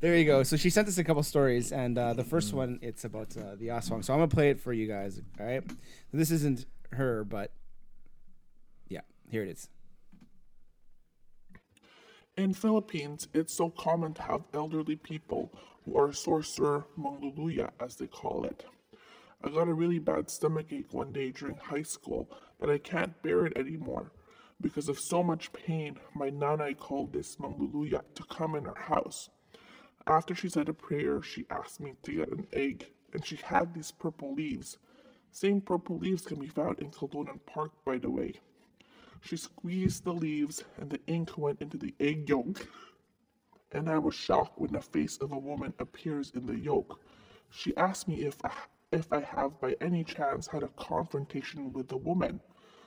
A: There you go. So she sent us a couple stories, and uh, the first one it's about uh, the Aswang. So I'm gonna play it for you guys. All right. This isn't her, but yeah, here it is.
H: In Philippines, it's so common to have elderly people who are sorcerer mongoluya as they call it. I got a really bad stomach ache one day during high school that I can't bear it anymore. Because of so much pain, my nanai called this mongoluya to come in her house. After she said a prayer, she asked me to get an egg, and she had these purple leaves. Same purple leaves can be found in Keldonan Park, by the way. She squeezed the leaves and the ink went into the egg yolk. And I was shocked when the face of a woman appears in the yolk. She asked me if I, if I have by any chance had a confrontation with the woman.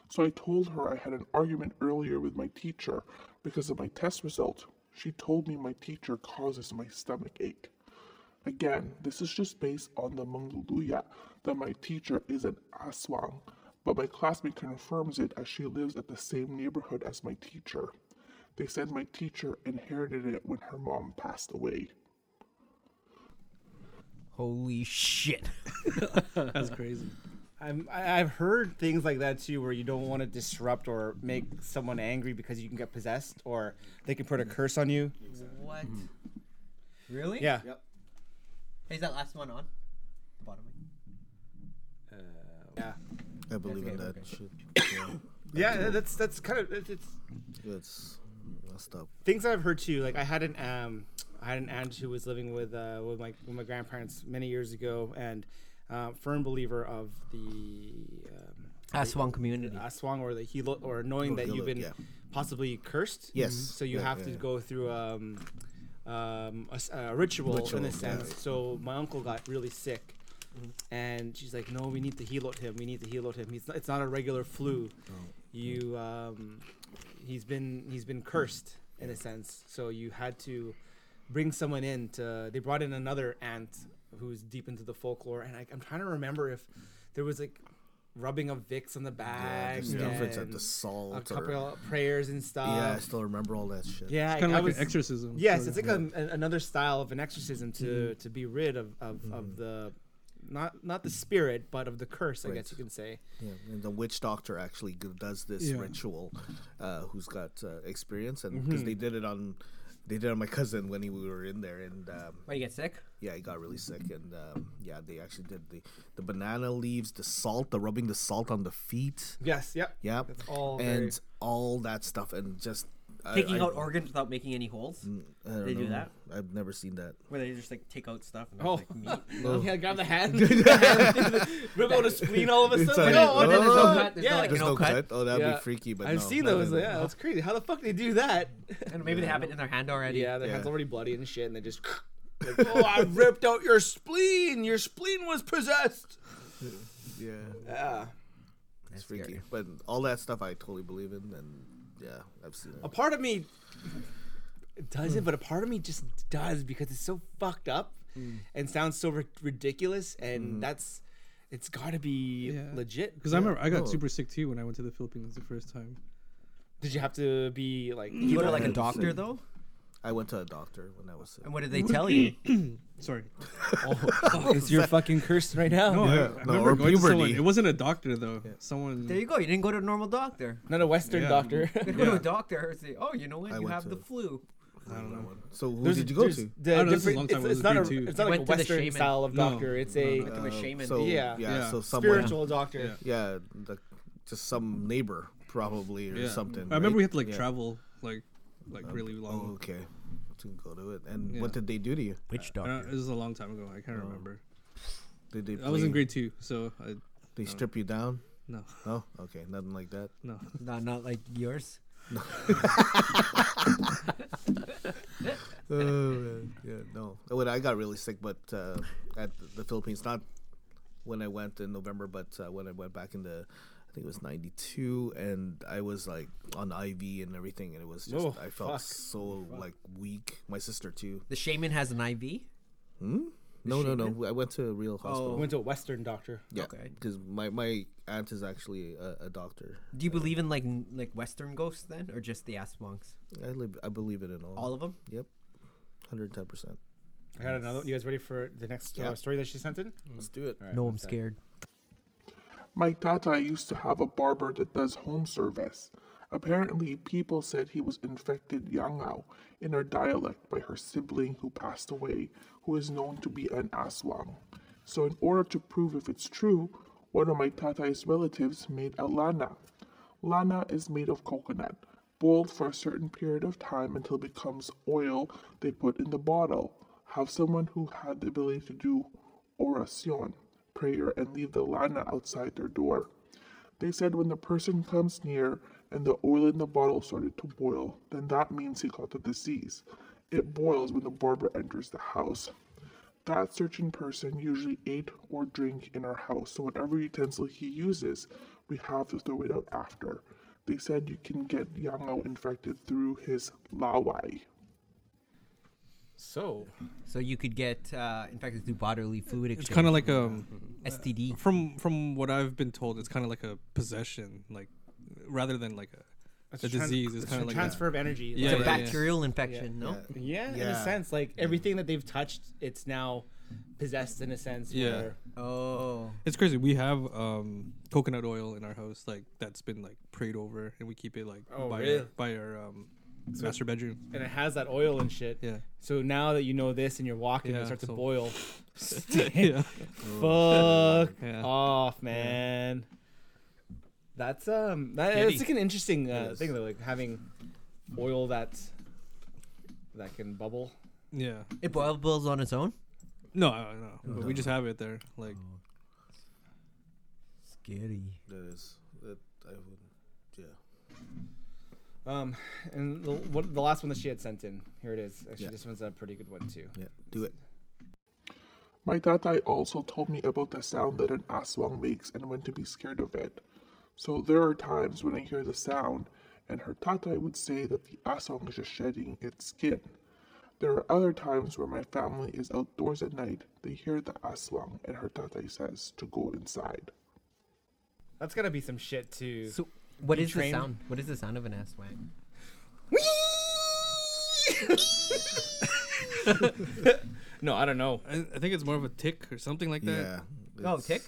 H: So I told her I had an argument earlier with my teacher because of my test result. She told me my teacher causes my stomach ache. Again, this is just based on the Mongoluya that my teacher is an Aswang, but my classmate confirms it as she lives at the same neighborhood as my teacher. They said my teacher inherited it when her mom passed away.
D: Holy shit.
B: That's crazy.
A: I'm, I- I've heard things like that too, where you don't want to disrupt or make someone angry because you can get possessed, or they can put a curse on you.
D: What? Really?
A: Mm-hmm. Yeah.
D: Is that last one on? The bottom.
A: Uh, Yeah.
C: I believe in that
D: okay, okay.
C: shit.
A: Yeah. That's that's kind of it's, it's
C: It's messed up.
A: things that I've heard too. Like I had an um, I had an aunt who was living with uh, with my with my grandparents many years ago, and uh, firm believer of the um,
D: Aswang community.
A: aswang or the hilo or knowing that
C: hilo,
A: you've been
C: yeah.
A: possibly cursed. Mm-hmm.
C: Yes.
A: So you
C: Yeah,
A: have
C: yeah,
A: to
C: yeah.
A: go through um, um, a, s- a ritual, in
C: Ritual,
A: a sense.
C: yeah.
A: So my uncle got really sick.
C: Mm-hmm.
A: And she's like, "No, we need to heal him. We need to heal him. He's not, it's not a regular flu.
C: Oh,
A: You, um, he's been he's been cursed
C: Mm.
A: in a sense. So you had to bring someone in to. They brought in another aunt who's deep into the folklore, and I, I'm trying to remember if there was like rubbing of Vicks on the
C: Yeah,
A: back,
C: there's difference at
A: and
C: the salt.
A: a
C: or,
A: couple of prayers and stuff.
C: yeah, I still remember all that shit.
A: yeah.
B: Kind of
A: I
B: like
A: was,
B: an exorcism.
A: Yes,
B: sorta.
A: it's like a, a- another style of an exorcism to to be rid of of, of the not not the spirit but of the curse, I guess you can say.
C: Yeah, and the witch doctor actually g- does this
B: Yeah.
C: ritual. Uh, who's got uh, experience and because they did it on, they did it on my cousin when he, we were in there, and um,
D: Why you get sick?
C: yeah, he got really sick, and um, yeah, they actually did the the banana leaves, the salt, the rubbing the salt on the feet,
A: Yes, yep.
C: yeah,
A: It's all
C: and
A: very-
C: all that stuff, and just I-
D: Taking
C: I- Mm.
D: out organs without making any holes?
C: I don't
D: they do
C: know.
D: that?
C: I've never seen that.
D: Where they just like take out stuff and
A: Oh.
D: like meat.
A: Oh. Yeah, grab the hand, rip out a spleen all of a
C: It's
A: sudden.
C: like-
A: No,
C: oh,
A: what
C: there's
A: is-
C: no
D: cut, there's no,
A: yeah.
D: like,
C: There's
D: an
C: no
D: cut?
C: cut. Oh, that'd
A: Yeah.
C: be freaky. But
A: I've
C: no,
A: seen
C: no, no,
A: those.
C: no.
A: Yeah, that's crazy. How the fuck they do that?
D: And maybe they have it in their hand already.
A: Yeah, their hands
C: Yeah.
A: already bloody and shit, and they just. Like, oh, I ripped out your spleen. Your spleen was possessed.
C: yeah.
A: Yeah.
C: It's freaky. But all that stuff I totally believe in, and yeah, I've seen
A: a
C: it.
A: part of me doesn't, but a part of me just
B: Mm.
A: does because it's so fucked up and sounds so ri- ridiculous, and that's
D: It's got to be
B: Mm-hmm. Yeah.
D: legit.
B: Because I remember I got
C: Oh.
B: super sick too when I went to the Philippines the first time.
A: Did you have to be like?
D: Did you go to like a
C: Yeah.
D: doctor though?
C: I went to a doctor when I was sick.
D: And what did they tell you?
B: Sorry.
A: Oh, It's your fucking curse right
B: No,
A: now.
B: I, I
C: Yeah, no,
B: remember
C: or
B: going to someone.
C: puberty.
B: It wasn't a doctor though. Someone.
D: There you go. You didn't go to a normal doctor.
A: Not a Western
B: Yeah.
A: doctor.
D: You go to a doctor and say, "Oh, you know what?
C: I
D: you
C: went
D: have
C: to-
D: the flu."
C: I don't know. So who
A: Oh. There's-
C: did you go
A: there's
C: to?
A: the
B: I don't know, this is a
A: different-
B: long
A: it's,
B: time
A: it's
B: ago,
A: not
B: it
A: a
B: was grade two.
A: it's not like a
D: Went to the
A: Western
D: shaman.
A: style of
B: No,
A: doctor. It's
B: no,
A: a
D: Went to a shaman.
C: uh, so
A: Yeah.
C: yeah,
B: Yeah.
C: so someone
A: spiritual doctor.
B: Yeah.
C: yeah, the, just some neighbor probably or
B: yeah.
C: something.
B: I remember
C: right?
B: we had to like
C: Yeah.
B: travel like like really
C: Oh,
B: long.
C: okay. To go to it, and
B: Yeah.
C: what did they do to you?
G: Which
B: I don't,
G: doctor?
B: Uh, it was a long time ago. I
C: Oh.
B: can't remember.
C: Did they?
B: I was Oh. in
C: play-
B: grade two, so I
C: They strip you down?
B: no
C: No, okay, nothing like that.
B: no.
G: Not, not like yours.
C: Oh, man. yeah, no. When I got really sick, but uh, at the Philippines, not when I went in November, but uh, when I went back in the, I think it was '92, and I was like on IV and everything, and it was just
A: Oh,
C: I felt
A: fuck.
C: so like weak. My sister too.
D: The shaman has an IV.
C: Hmm? No, no, no. I went to a real hospital.
A: Went to a Western doctor.
C: Yeah,
D: Okay.
C: because my my aunt is actually a, a doctor.
D: Do you believe in like n- like Western ghosts then, or just the Asmonks?
C: I live, I believe it in all.
D: All of them?
C: Yep, hundred ten percent.
A: I got another. You guys ready for the next
C: Yeah.
A: uh, story that she sent in?
C: Let's do it.
G: No, I'm scared.
H: My tata used to have a barber that does home service. Apparently, people said he was infected Yangao in her dialect by her sibling who passed away, who is known to be an Aswang. So, in order to prove if it's true, one of my tata's relatives made a lana. Lana is made of coconut, boiled for a certain period of time until it becomes oil they put in the bottle. Have someone who had the ability to do oracion, prayer, and leave the lana outside their door. They said when the person comes near and the oil in the bottle started to boil, then that means he got the disease. It boils when the barber enters the house. That certain person usually ate or drank in our house, so whatever utensil he uses, we have to throw it out after. They said you can get Yango infected through his lawai.
A: So
D: So you could get uh, infected through bodily fluid
B: It's
D: exchange.
B: kind of like
C: Mm-hmm.
B: um
D: STD.
B: from from what I've been told, it's kind of like a possession, like rather than like a, a
A: tran-
B: disease. It's kind
A: a
B: of like
A: transfer
B: that.
A: of energy.
B: Yeah,
A: like-
B: yeah, yeah.
D: Bacterial infection, no?
A: Yeah, in a
C: Yeah.
A: sense, like everything that they've touched, it's now possessed in a sense.
B: Yeah.
A: where-
D: Oh.
B: It's crazy. We have um coconut oil in our house, like that's been like prayed over, and we keep it like
A: Oh,
B: by our,
A: really?
B: by our um master bedroom.
A: and it has that oil and shit.
B: Yeah.
A: So now that you know this and you're walking,
B: Yeah,
A: it starts to
B: so-
A: boil.
B: yeah.
A: Fuck
B: Yeah.
A: off, man. That's um, that,
B: Heady.
A: that's like an interesting uh,
C: is.
A: thing though, like having oil that that can bubble.
B: Yeah.
D: It boils on its own?
B: No, I don't know. But we just have it there. Like
G: Scary.
C: That is that I would. Yeah.
A: Um, and the, what, the last one that she had sent in, here it is. Actually,
C: Yeah.
A: this one's a pretty good one too.
C: Yeah. Do it.
H: My tatai also told me about the sound that an aswang makes and when to be scared of it. So there are times when I hear the sound, and her tatai would say that the aswang is just shedding its skin. There are other times where my family is outdoors at night, they hear the aswang, and her tatai says to go inside.
A: That's gotta be some shit too.
D: So what
A: You
D: is
A: train-
D: the sound? What is the sound of an ass wag?
A: no, I don't know.
B: I, I think it's more of a tick or something like
C: Yeah.
B: that.
D: Oh,
C: it's-
D: tick?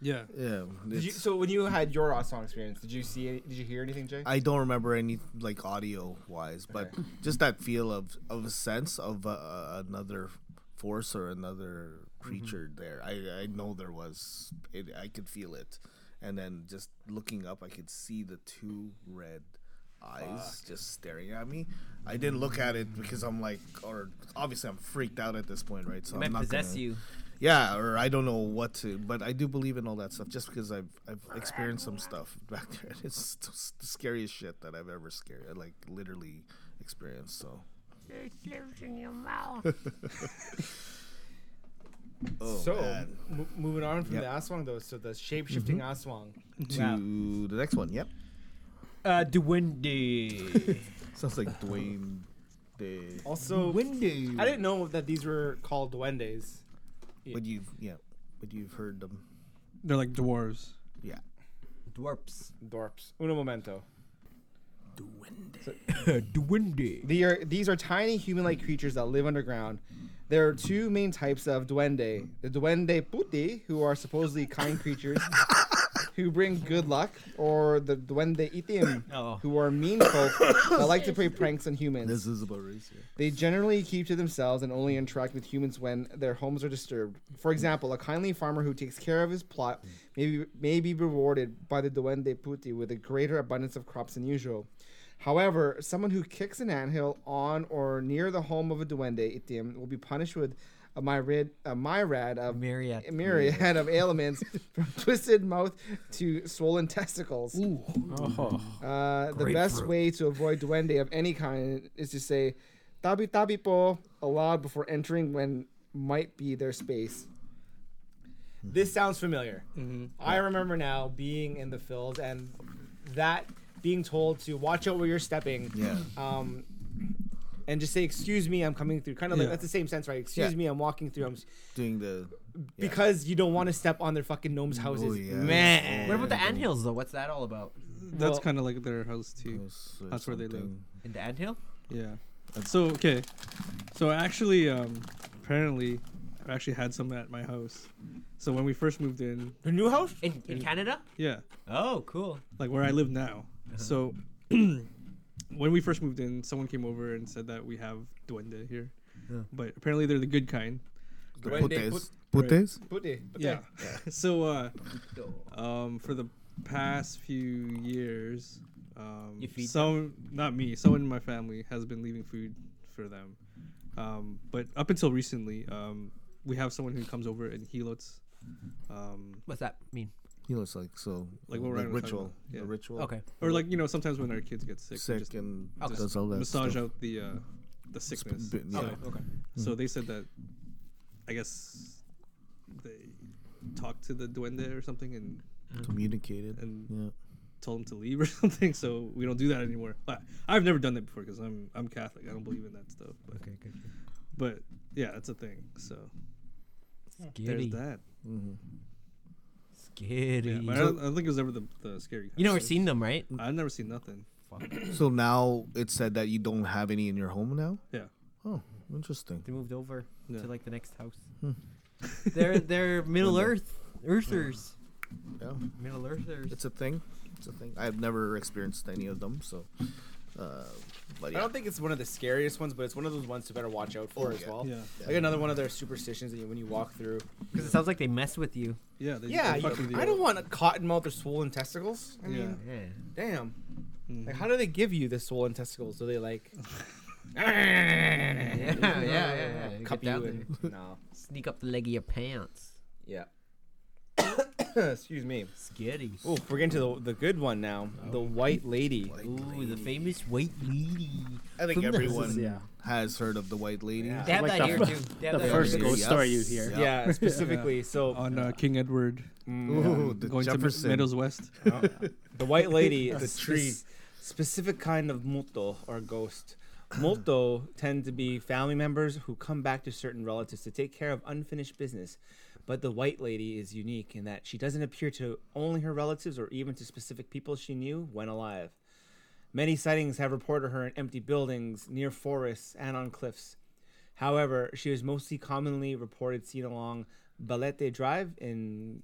B: Yeah.
C: Yeah.
A: Did you,
C: it's-
A: so when you had your Osong experience, did you see? Any, did you hear anything, Jay?
C: I don't remember any like audio wise, but just that feel of of a sense of uh, uh, another force or another
D: Mm-hmm.
C: creature there. I I know there was. It, I could feel it, and then just looking up, I could see the two red eyes just staring at me. I didn't look at it because I'm like, or obviously I'm freaked out at this point, right? So
D: It might
C: I'm not
D: possess
C: gonna-
D: you.
C: yeah, or I don't know what to, but I do believe in all that stuff just because I've I've experienced some stuff back there. It's the scariest shit that I've ever scared, like literally experienced. So,
F: It lives in your mouth.
C: oh
A: so
C: man.
A: m- moving on from
C: Yep. Mm-hmm.
A: the Aswang though, so the shape shifting Aswang.
C: to
A: Now,
C: the next one. Yep,
D: Uh, Duende.
C: sounds like Dwayne. Day.
A: also,
C: Windy.
A: I didn't know that these were called duendes.
C: But you, yeah, but you've heard them.
B: They're like dwarves.
C: Yeah.
D: Dwarfs.
A: Dorps. Uno momento.
G: Duende.
A: They are, these are tiny human-like creatures that live underground. There are two main types of duende: the duende puti, who are supposedly kind creatures who bring good luck, or the duende itim,
D: Oh.
A: who are mean folk that like to play pranks on humans.
C: This is about race. Yeah.
A: They generally keep to themselves and only interact with humans when their homes are disturbed. For example, a kindly farmer who takes care of his plot may be, may be rewarded by the Duende Puti with a greater abundance of crops than usual. However, someone who kicks an anthill on or near the home of a Duende Itim will be punished with a myriad, a myriad of
D: Myriad.
A: a myriad of ailments from twisted mouth to swollen testicles.
E: Oh,
C: Mm.
A: Uh, the best way to avoid duende of any kind is to say tabi tabi po aloud before entering when might be their space. Hmm. Mm-hmm. This sounds familiar. I remember now being in the field and that being told to watch out where you're stepping.
C: Yeah.
A: Um, and just say, "Excuse me, I'm coming through." Kind of like
B: Yeah.
A: that's the same sense, right? Excuse
C: Yeah.
A: me, I'm walking through. I'm s-
C: Doing the. Yeah.
A: because you don't want to step on their fucking gnomes' houses.
C: Oh, yeah.
A: Man,
D: What about the anthills though? What's that all about?
B: That's
A: Well-
B: kind of like their house
C: Oh,
B: too. That's where they live.
C: uh, Something.
D: In the anthill?
B: Yeah. So okay, so actually, um, apparently, I actually had some at my house. So when we first moved in,
A: the new house?
D: In, in Canada?
B: yeah,
D: Oh, cool.
B: like where I live now. So when we first moved in, someone came over and said that we have duende here, but apparently they're the good kind.
C: The
A: When they
C: putes. Putes?
A: Puti, puti.
B: Yeah. so uh, um, for the past few years, um,
D: You feed
B: some not me, someone in my family has been leaving food for them. Um, but up until recently, um, we have someone who comes over and he looks, um,
D: What's that mean?
C: He looks like so.
B: Like what we're gonna talk
C: ritual.
B: about. Yeah.
C: The ritual.
D: Okay.
B: or like you know, sometimes when our kids get sick, we
C: Sick
B: just
C: and
D: Okay.
C: does all that.
B: massage
C: stuff.
B: out the uh, the sickness.
C: bit- yeah. Mm.
B: So-
C: Okay,
D: okay.
B: So they said that, I guess, they talked to the duende or something and
C: Communicated.
B: And-
C: yeah.
B: told him to leave or something. So we don't do that anymore. But I've never done that before because I'm I'm Catholic. I don't believe in that stuff. But,
G: Okay, good.
B: but yeah, that's a thing. So
G: Scary.
B: there's that. Yeah,
D: Scary.
B: but I, don't, I don't think it was ever the, the scary.
D: you never
B: kind.
D: seen them, right?
B: I've never seen nothing.
C: So now it's said that you don't have any in your home now?
B: Yeah.
C: Oh, interesting.
D: They moved over
B: Yeah.
D: to like the next house.
C: Hmm.
D: they're they're Middle Earth Earthers.
C: Yeah.
D: Middle Earthers.
C: It's a thing. It's a thing. I've never experienced any of them, so. Uh, but
A: I
C: yeah.
A: don't think it's one of the scariest ones, but it's one of those ones to better watch out for
C: Oh,
A: as
C: yeah.
A: well.
B: Yeah.
A: Like another one of their superstitions that you, when you walk through.
D: Because it sounds like they mess with you.
B: Yeah. They,
A: Yeah,
B: they
A: you-
B: fuck with you.
A: I don't want a cotton mouth or swollen testicles. I
B: Yeah.
A: mean,
D: Yeah.
A: damn.
B: Mhm.
A: Like, how do they give you the swollen testicles? Do they like
D: Yeah, yeah, yeah. yeah. You
A: cup
D: get down
A: you?
D: there.
A: And, no.
D: Sneak up the leg of your pants.
A: Yeah. Excuse me.
D: Scary.
A: Oh, we're getting to the, the good one now. The Oh. white lady.
D: Ooh, the famous white lady.
C: I think
D: From the-
C: everyone
A: yeah.
C: has heard of the white lady.
A: Yeah.
D: They have
E: Like
D: that
E: the
D: here
E: fir-
D: too. They have
E: the
D: that
E: first
D: here.
E: ghost story you hear.
C: Yeah.
A: Yeah, Oh, specifically. So
B: On uh, King Edward,
C: Ooh, the
B: going to
C: Jefferson.
B: Mi- Meadows West.
A: The white lady is a
C: The tree.
A: spec- specific kind of multo or ghost. Multo tend to be family members who come back to certain relatives to take care of unfinished business. But the white lady is unique in that she doesn't appear to only her relatives or even to specific people she knew when alive. Many sightings have reported her in empty buildings, near forests, and on cliffs. However, she is mostly commonly reported seen along Balete Drive in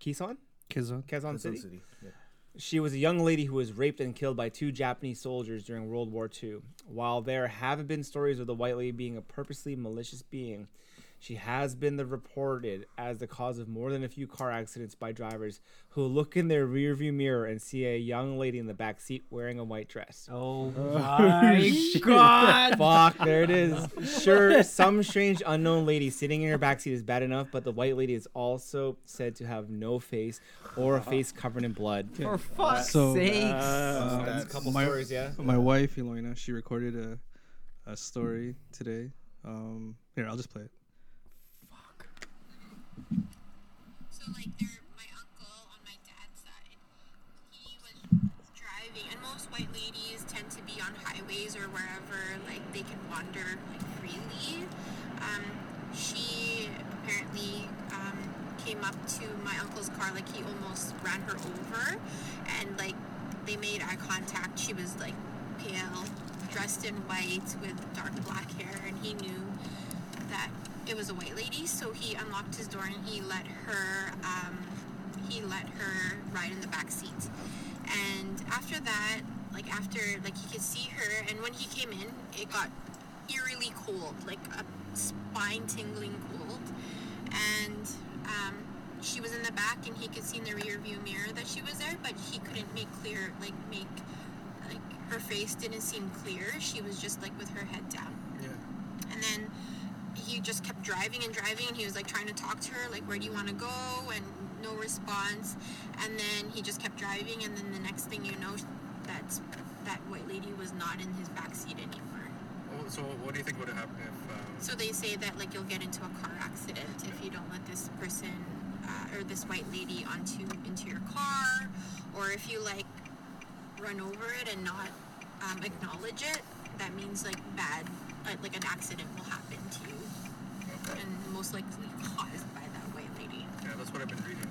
A: Quezon,
B: Kizon.
A: Quezon
C: Quezon
A: City.
C: City. Yeah.
A: She was a young lady who was raped and killed by two Japanese soldiers during World War II. While there have been stories of the White Lady being a purposely malicious being, she has been the reported as the cause of more than a few car accidents by drivers who look in their rearview mirror and see a young lady in the back seat wearing a white dress.
D: Oh my god!
A: Fuck, there it is. Sure, some strange unknown lady sitting in her backseat is bad enough, but the white lady is also said to have no face or
D: Uh-huh.
A: a face covered in blood.
D: For fuck's
B: So,
D: sakes!
B: Um,
A: That's a couple
B: my-
A: stories, yeah.
B: My wife Eloina, she recorded a a story today. Um, here, I'll just play it.
I: So like they're my uncle on my dad's side. He was driving and most white ladies tend to be on highways or wherever like they can wander like freely. Um, she apparently um, came up to my uncle's car like he almost ran her over and like they made eye contact she was like pale dressed in white with dark black hair and he knew that it was a white lady so he unlocked his door and he let her um, he let her ride in the back seat and after that like after like he could see her and when he came in it got eerily cold like a spine tingling cold and um, she was in the back and he could see in the rear view mirror that she was there but he couldn't make clear like make like her face didn't seem clear she was just like with her head down and then he just kept driving and driving and he was like trying to talk to her like where do you want to go and no response and then he just kept driving and then the next thing you know that's that white lady was not in his back seat anymore
J: Well, so what do you think would have happened if? Um,
I: so they say that like you'll get into a car accident if you don't let this person uh, or this white lady onto into your car, or if you like run over it and not um, acknowledge it. That means like bad, uh, like an accident will happen to you, and most likely caused by that white lady.
J: yeah, that's what I've been reading.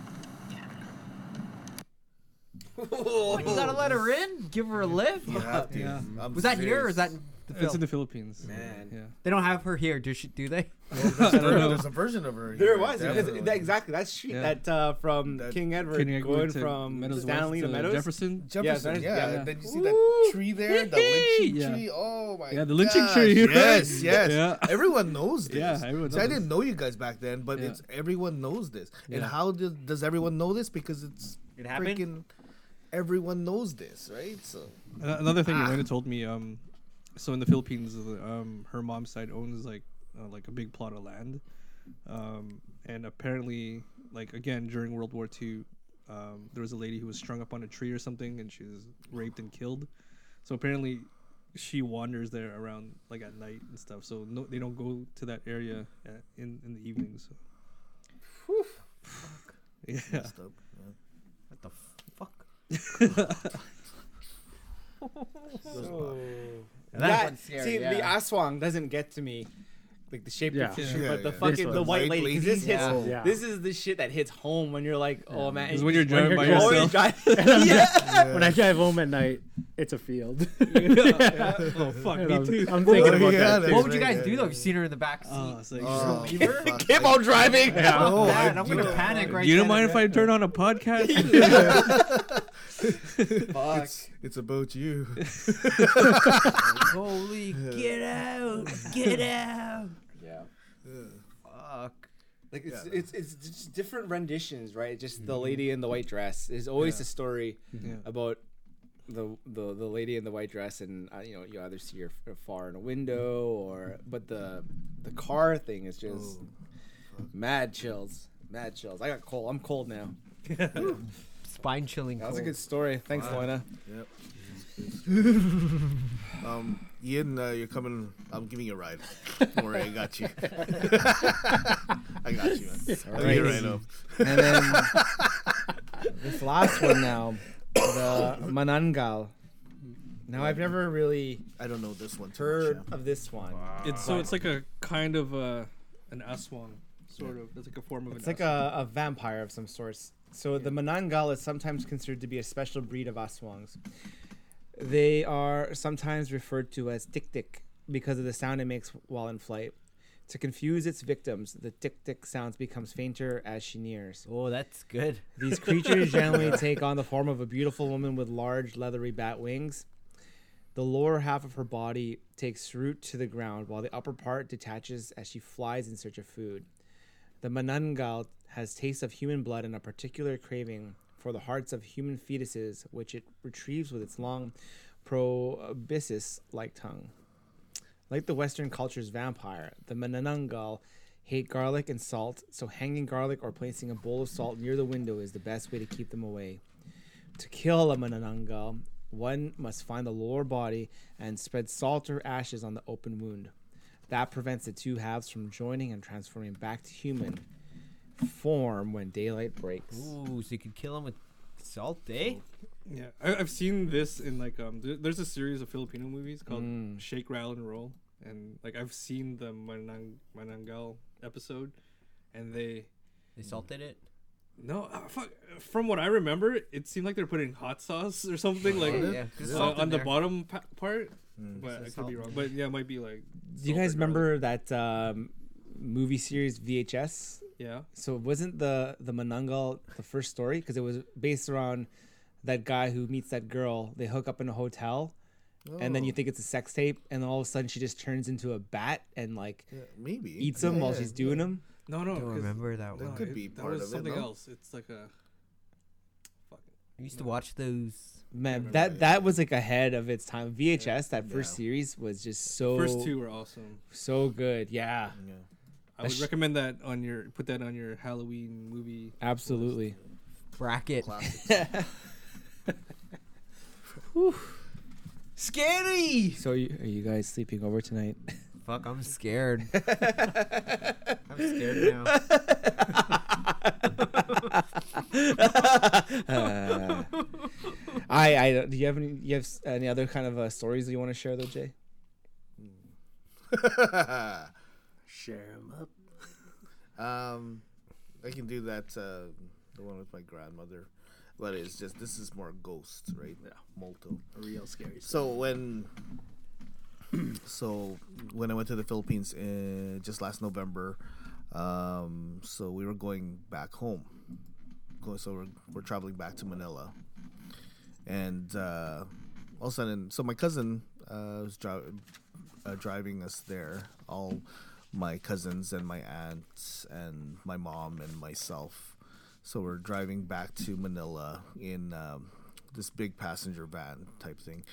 D: What, you gotta let her in? Give her a lift?
C: You have to.
B: Yeah.
C: I'm
D: Was that here or is that
C: serious.
D: the
B: It's in
D: film?
B: the Philippines.
D: Man.
B: Yeah.
D: They don't have her here, do, she, do they?
C: There's, a
B: I don't
C: ver-
B: know.
C: there's a version of her.
A: There
C: here,
A: it was. Because
C: definitely.
A: that, exactly. That street
B: Yeah.
A: that uh, from
C: That-
A: King Edward
B: Can you
A: going
B: go to
A: from
B: Meadows
A: Stanley
B: West
A: to Meadows.
B: Jefferson?
A: there's-
C: Jefferson, yeah.
A: yeah.
C: Then you see that tree there, the lynching
B: Yeah.
C: tree. Oh my
B: Yeah, the lynching
C: gosh,
B: tree.
C: Yes, yes.
B: Yeah.
C: Everyone knows this.
B: Yeah, everyone
C: See, I
B: knows.
C: didn't know you guys back then, but
B: Yeah.
C: it's everyone knows this. And
B: Yeah.
C: how do, does everyone know this? Because it's
D: It happened?
C: freaking everyone knows this, right? So
B: Uh, Another thing
D: Ah.
B: Elena told me, um, so in the Philippines, the, um, her mom's side owns like uh, like a big plot of land, um, and apparently, like again during World War II, um, there was a lady who was strung up on a tree or something, and she was raped and killed. So apparently, she wanders there around like at night and stuff. So no, they don't go to that area at, in in the evenings. So. Yeah.
C: messed up.
D: What the fuck?
A: That,
D: That one's scary,
A: see, the
D: yeah.
A: aswang doesn't get to me, like the shape
E: Yeah.
A: of Fisher,
C: Yeah,
A: but the
C: yeah.
A: fucking
E: This
A: the
E: one.
A: white
C: White
A: lady. 'cause This hits.
D: lady? Yeah.
E: Yeah.
A: This is the shit that hits home when you're like, oh man.
B: Is
A: and
B: when
A: you
B: you're driving by
E: you're
A: always
B: yourself.
A: driving- yeah.
E: When I drive home at night, it's a field.
B: Oh fuck,
E: And
B: me
E: I'm,
B: too.
E: I'm thinking
C: Oh,
E: about
C: yeah,
E: that.
C: that's
E: too.
D: What would you
C: right, yeah,
D: guys do though
C: yeah.
D: if you seen her in the back seat?
B: Oh, it's like-
C: Oh, fuck.
A: Keep on driving.
C: Oh, I
D: Dad, I'm
C: do
D: gonna
C: know.
D: panic right
B: you don't
D: then
B: mind
D: and
B: if I
D: there.
B: turn on a podcast?
C: It's, it's about you.
D: Holy, get out! Get out!
A: Yeah.
D: Fuck.
A: Like it's it's it's just different renditions, right? Just
D: Mm-hmm.
A: the lady in the white dress. There's always a story about the the the lady in the white dress, and uh, you know you either see her f- far in a window or but the the car thing is
D: Oh,
A: just mad chills, mad chills. I got cold. I'm cold now.
D: Spine chilling.
A: That was a
D: cold.
A: good story. Thanks, Lorna.
C: Um, Ian, uh, you're coming. I'm giving you a ride. Don't worry, I got you. I got you, man. I'll give you a
A: Alright.
C: ride up.
A: And then this last one now, the Manangal. Now I've never really
C: I don't know this one. too much,
A: heard
C: yeah.
A: of this one.
B: It's so it's like a kind of a an aswang sort of. It's like a form of
A: It's
B: an
A: like a, a vampire of some sorts. So the Manangal is sometimes considered to be a special breed of aswangs. They are sometimes referred to as tik tik because of the sound it makes while in flight. To confuse its victims, the tik tik sounds becomes fainter as she nears.
D: Oh, that's good.
A: These creatures generally take on the form of a beautiful woman with large leathery bat wings. The lower half of her body takes root to the ground while the upper part detaches as she flies in search of food. The Manangal has taste of human blood and a particular craving for the hearts of human fetuses, which it retrieves with its long proboscis like tongue. Like the Western culture's vampire, the Mananangal hate garlic and salt, so hanging garlic or placing a bowl of salt near the window is the best way to keep them away. To kill a Mananangal, one must find the lower body and spread salt or ashes on the open wound. That prevents the two halves from joining and transforming back to human form when daylight breaks.
D: Ooh, so you could kill him with salt, eh?
B: yeah. I, I've seen this in like um. There, there's a series of Filipino movies called Shake, Rattle, and Roll, and like I've seen the Manang, Manangal episode, and they
D: They salted it.
B: No, uh, fuck. From what I remember, it seemed like they're putting hot sauce or something like
D: Yeah, yeah,
B: uh,
D: just salt in
B: on the
D: there.
B: bottom pa- part.
D: Mm.
B: But I
D: Just
B: could be
D: salt.
B: wrong. But yeah, it might be like.
A: Do you guys remember that um, movie series VHS?
B: Yeah.
A: So wasn't the the Monongal the first story because it was based around that guy who meets that girl. They hook up in a hotel, and then you
C: Oh.
A: think it's a sex tape, and all of a sudden she just turns into a bat and like
C: maybe
A: eats him while
C: Yeah,
A: she's doing
C: yeah.
A: him.
B: No, no.
G: Don't
B: 'cause-
G: remember that
B: no,
G: one.
C: Could be
B: that
C: part
B: was
C: of it,
B: something
C: no?
B: else. It's like a.
D: I used to watch those.
A: Man, that that was like ahead of its time. VHS that first series was just so
B: First two were awesome.
A: so good. Yeah, That
B: I would
A: sh-
B: recommend that on your put that on your Halloween movie.
A: absolutely.
D: bracket.
A: Scary. So you, are you guys sleeping over tonight?
D: Fuck, I'm scared. I'm scared now.
A: Uh, I I don't- do you have any you have s- any other kind of uh, stories that you want to share though, Jay?
C: Share them up. Um, I can do that. Uh, the one with my grandmother. But it's just this is more ghosts, right? Yeah, Molto.
E: A real scary.
C: So when, so when I went to the Philippines uh, just last November, um, so we were going back home. Go- So we're, we're traveling back to Manila, and uh, all of a sudden, so my cousin uh, was dri- uh, driving us there. All my cousins and my aunts and my mom and myself. So we're driving back to Manila in um, this big passenger van type thing.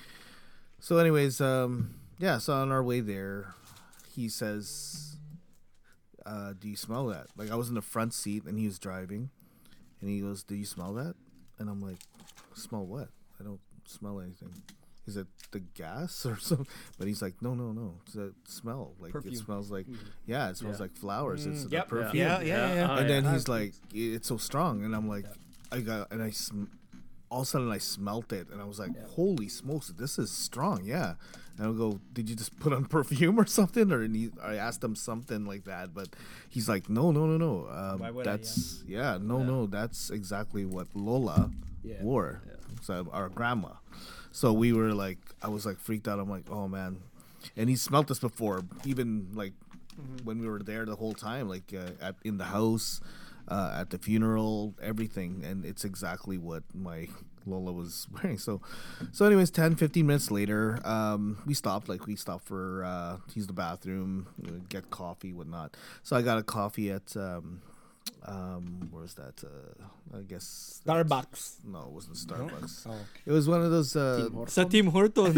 C: So, anyways, um, yeah. So on our way there, he says, uh, "Do you smell that?" Like I was in the front seat and he was driving, and he goes, "Do you smell that?" And I'm like, "Smell what? I don't smell anything." Is it the gas or something? But he's like, "No, no, no. It's a smell. Like it
D: Perfume.
C: smells like, yeah, it smells
E: Yeah.
C: like flowers. it's
A: Mm,
C: the
A: yep. Yeah.
C: perfume."
A: Yeah, yeah, yeah.
E: Oh,
C: and then
E: yeah.
C: he's like, "It's so strong," and I'm like, "I got," and I sm- all of a sudden I smelt it, and I was like, "Holy smokes, this is strong!" Yeah, and I go, "Did you just put on perfume or something?" Or and he, I asked him something like that, but he's like, "No, no, no, no. Um,
D: Why would I, yeah.
C: that's yeah. no, no, that's exactly what Lola
E: Yeah.
C: wore. So our grandma. So we were like, I was like freaked out. I'm like, oh man, and he smelt this before, even like when we were there the whole time, like uh, at in the house, uh, at the funeral, everything, and it's exactly what my Lola was wearing. So, so anyways, 10, 15 minutes later, um, we stopped. Like we stopped for uh, to use the bathroom, you know, get coffee, whatnot. So I got a coffee at. Um, um, where's that? Uh, I guess that's-
A: Starbucks.
C: No, it wasn't Starbucks. It was one of those. Uh,
B: Satim Horton.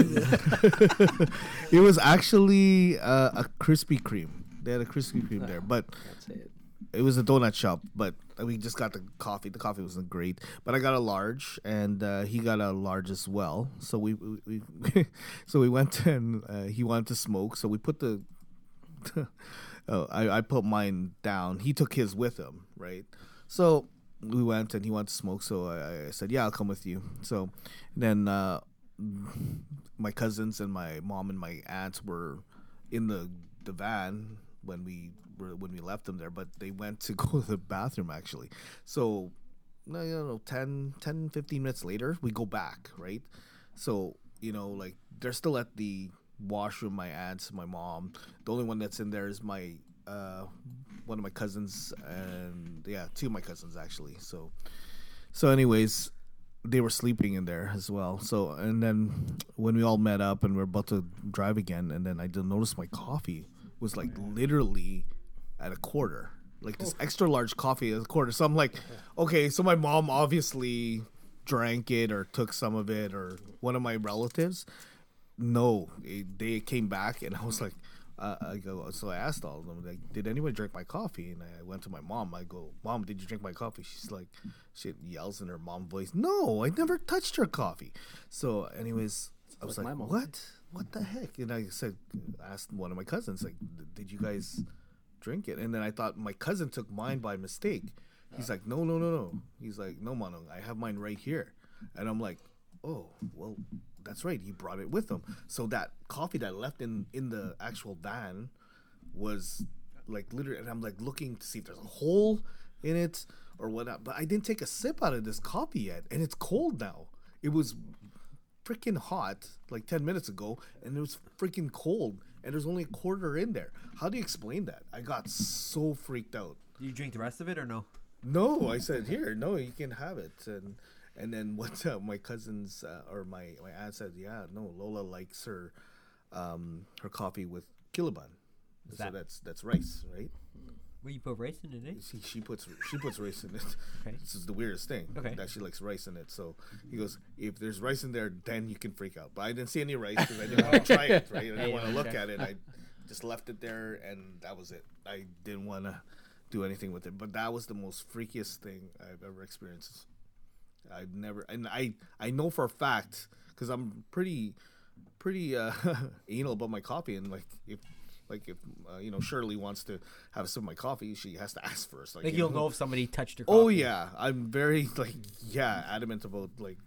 C: it was actually uh, a Krispy Kreme. They had a Krispy Kreme there, but
E: Mm. Ah, That's it.
C: it was a donut shop. But we just got the coffee. The coffee wasn't great, but I got a large, and uh, he got a large as well. So we, we, we so we went and uh, he wanted to smoke, so we put the. oh, I, I put mine down. He took his with him, right? So we went and he wanted to smoke. So I, I said, "Yeah, I'll come with you." So then uh, my cousins and my mom and my aunts were in the the van when we were when we left them there, but they went to go to the bathroom actually. So no, no, no, 10, 10, 15 minutes later, we go back, right? So, you know, like they're still at the washroom, my aunts, my mom. The only one that's in there is my uh one of my cousins and yeah, two of my cousins actually. So so anyways, they were sleeping in there as well. So and then when we all met up and we're about to drive again and then I didn't notice my coffee was like literally at a quarter. Like this extra large coffee at a quarter. So I'm like, okay, so my mom obviously drank it or took some of it or one of my relatives. No, it, they came back and I was like, uh, I go, so I asked all of them, like, did anyone drink my coffee? And I went to my mom. I go, Mom, did you drink my coffee? She's like, she yells in her mom voice, No, I never touched your coffee. So, anyways, I was
E: like
C: like,
E: my mom.
C: What? What the heck? And I said, asked one of my cousins, like, did you guys drink it. And then I thought my cousin took mine by mistake. He's like, no, no, no, no. He's like, no, Manong, I have mine right here. And I'm like, oh, well, that's right. He brought it with him. So that coffee that I left in in the actual van was like literally, and I'm like looking to see if there's a hole. in it or whatnot. But I didn't take a sip out of this coffee yet, and it's cold now. It was freaking hot like 10 minutes ago, and it was freaking cold, and there's only a quarter in there. How do you explain that? I got so freaked out.
D: Do you drink the rest of it or no?
C: No, I said here. No, you can have it. And and then what uh, my cousins uh, or my my aunt said, yeah, no, Lola likes her um, her coffee with kiloban.
D: What's
C: So
D: that?
C: that's that's rice, right?
D: Well, you put rice in it, eh?
C: She, she puts she puts rice in it.
D: Okay.
C: This is the weirdest thing.
D: Okay.
C: That she likes rice in it. So he goes, if there's rice in there, then you can freak out. But I didn't see any rice because I didn't want to try it. Right. I
D: Yeah,
C: didn't
D: you
C: want to
D: wanna
C: look
D: check.
C: at it. I just left it there, and that was it. I didn't want to do anything with it. But that was the most freakiest thing I've ever experienced. I've never, and I I know for a fact because I'm pretty pretty uh, anal about my coffee, and like if. Like if uh, you know Shirley wants to have a sip of my coffee, she has to ask first.
D: Like
C: you
D: you'll
C: know?
D: know if somebody touched your. Coffee.
C: Oh yeah, I'm very like yeah adamant about like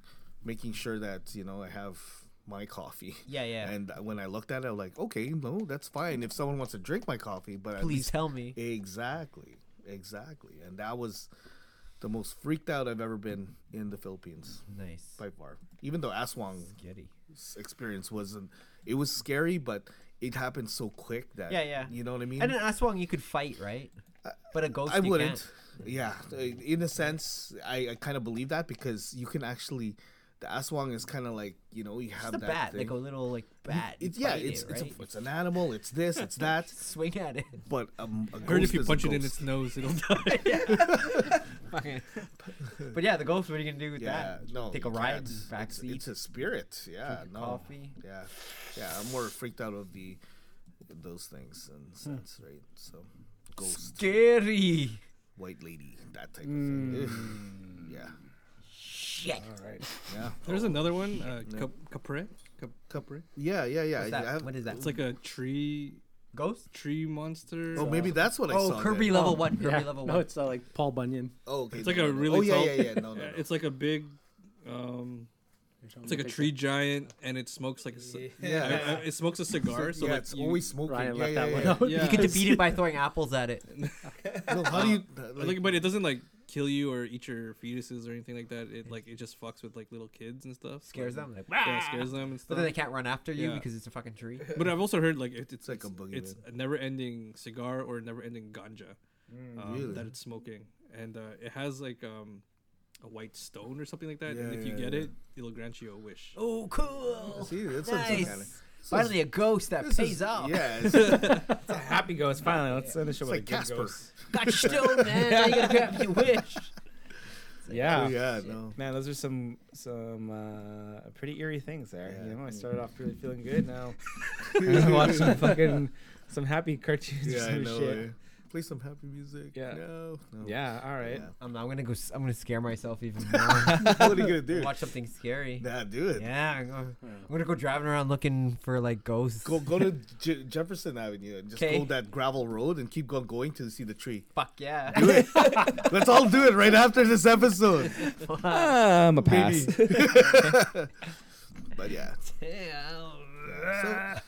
C: making sure that you know I have my coffee.
D: Yeah, yeah.
C: And when I looked at it, I'm like, okay, no, that's fine. If someone wants to drink my coffee, but at
D: Please
C: least-
D: tell me.
C: exactly, exactly. And that was the most freaked out I've ever been in the Philippines
D: Nice.
C: by far. Even though Aswang
D: Skitty.
C: s- experience wasn't, it was scary, but it happened so quick that
D: Yeah, yeah.
C: you know what I mean.
D: And an Aswang you could fight, right? But a ghost
C: I
D: you
C: wouldn't.
D: can't.
C: Yeah, uh, in a sense, I, I kind of believe that because you can actually, the aswang is kind of like you know you have
D: Just a
C: that
D: bat,
C: thing.
D: like a little like bat.
C: It's
D: You
C: yeah,
D: bite
C: it's
D: it,
C: it's,
D: right?
C: a, it's an animal. It's this, it's that.
D: swing at it.
C: But um, a
B: Heard if
C: ghost
B: you
C: is a
B: punch it in
C: ghost.
B: its nose, it'll die.
D: Fucking- but yeah, the ghost. What are you gonna do with
C: yeah,
D: that?
C: no,
D: Take
C: you
D: a ride,
C: can't.
D: and back
C: It's,
D: seat.
C: it's a spirit. Yeah,
D: your
C: no.
D: coffee.
C: Yeah, yeah. I'm more freaked out of the those things and
D: Hmm.
C: sense, right? So, ghost,
D: Scary.
C: white lady, that type of
D: Hmm.
C: thing. Ugh. Yeah,
D: Shit.
C: yeah.
B: There's another one, uh, cap- capre. Cap- capre.
C: Yeah, yeah, yeah.
D: What's
C: I- I
D: that?
C: have-
D: What is that?
B: It's like a tree
D: ghost.
B: tree monster.
C: Oh, maybe that's what I saw.
D: Oh,
C: then.
D: Kirby level one. Kirby level
E: no,
D: one.
E: it's uh, like Paul Bunyan.
C: Oh, okay.
B: It's like
C: no,
B: a
C: no, no.
B: really
C: Oh yeah,
B: tall-
C: yeah, yeah. No, no,
B: Uh,
C: no.
B: It's like a big. Um, it's like a tree giant, and it smokes like a. ci-
C: Yeah.
B: uh, uh, it smokes a cigar, so
C: yeah,
B: like
C: it's
B: you-
C: always smoking.
E: Ryan
C: yeah,
E: left
C: yeah,
E: that one
C: yeah.
E: out.
B: Yeah.
D: You could defeat it by throwing apples at it.
C: No, how do you? Like,
B: like, but it doesn't like kill you or eat your fetuses or anything like that. It like it just fucks with like little kids and stuff.
D: Scares
B: Like,
D: them. Like,
B: Yeah,
D: "Wah!"
B: scares them and stuff.
D: But then they can't run after you
B: Yeah.
D: because it's a fucking tree.
B: But I've also heard like it, it's
C: like a boogeyman.
B: It's a never-ending cigar or never-ending ganja um,
C: Mm, Really?
B: that it's smoking, and uh, it has like um, a white stone or something like that. and
C: Yeah,
B: if you
C: yeah,
B: get
C: yeah.
B: it, it'll grant you a wish.
D: Oh, cool.
C: see, that's what I'm
D: nice.
C: kinda-
D: Finally, a ghost that
C: this
D: pays
C: is-
B: Oh.
D: off.
C: Yeah, it's, it's
A: It's a happy ghost. Finally, let's end the show with
C: like
A: a good
C: Casper.
A: ghost.
D: Got your stone, man. Now you gotta grab your wish.
A: Yeah.
C: Oh, yeah, no.
A: Man, those are some some uh, pretty eerie things there.
C: Yeah.
A: You know, I started off really feeling good. Now I watch some fucking some happy cartoons or
C: Yeah, I
A: some
C: know.
A: shit.
C: eh? Play some happy music.
A: Yeah.
C: No. no.
A: Yeah, all right.
C: Yeah.
D: I'm, I'm gonna go. s- I'm gonna scare myself even more.
C: what are you gonna do?
D: Watch something scary.
C: Nah, do it.
D: Yeah, I'm gonna, I'm gonna go driving around looking for like ghosts.
C: Go go to Je- Jefferson Avenue and just
D: Okay.
C: go that gravel road and keep on going till you see the tree.
D: Fuck yeah.
C: Do it. Let's all do it right after this episode.
A: I'm a pass.
C: But yeah.
D: yeah.
C: Yeah.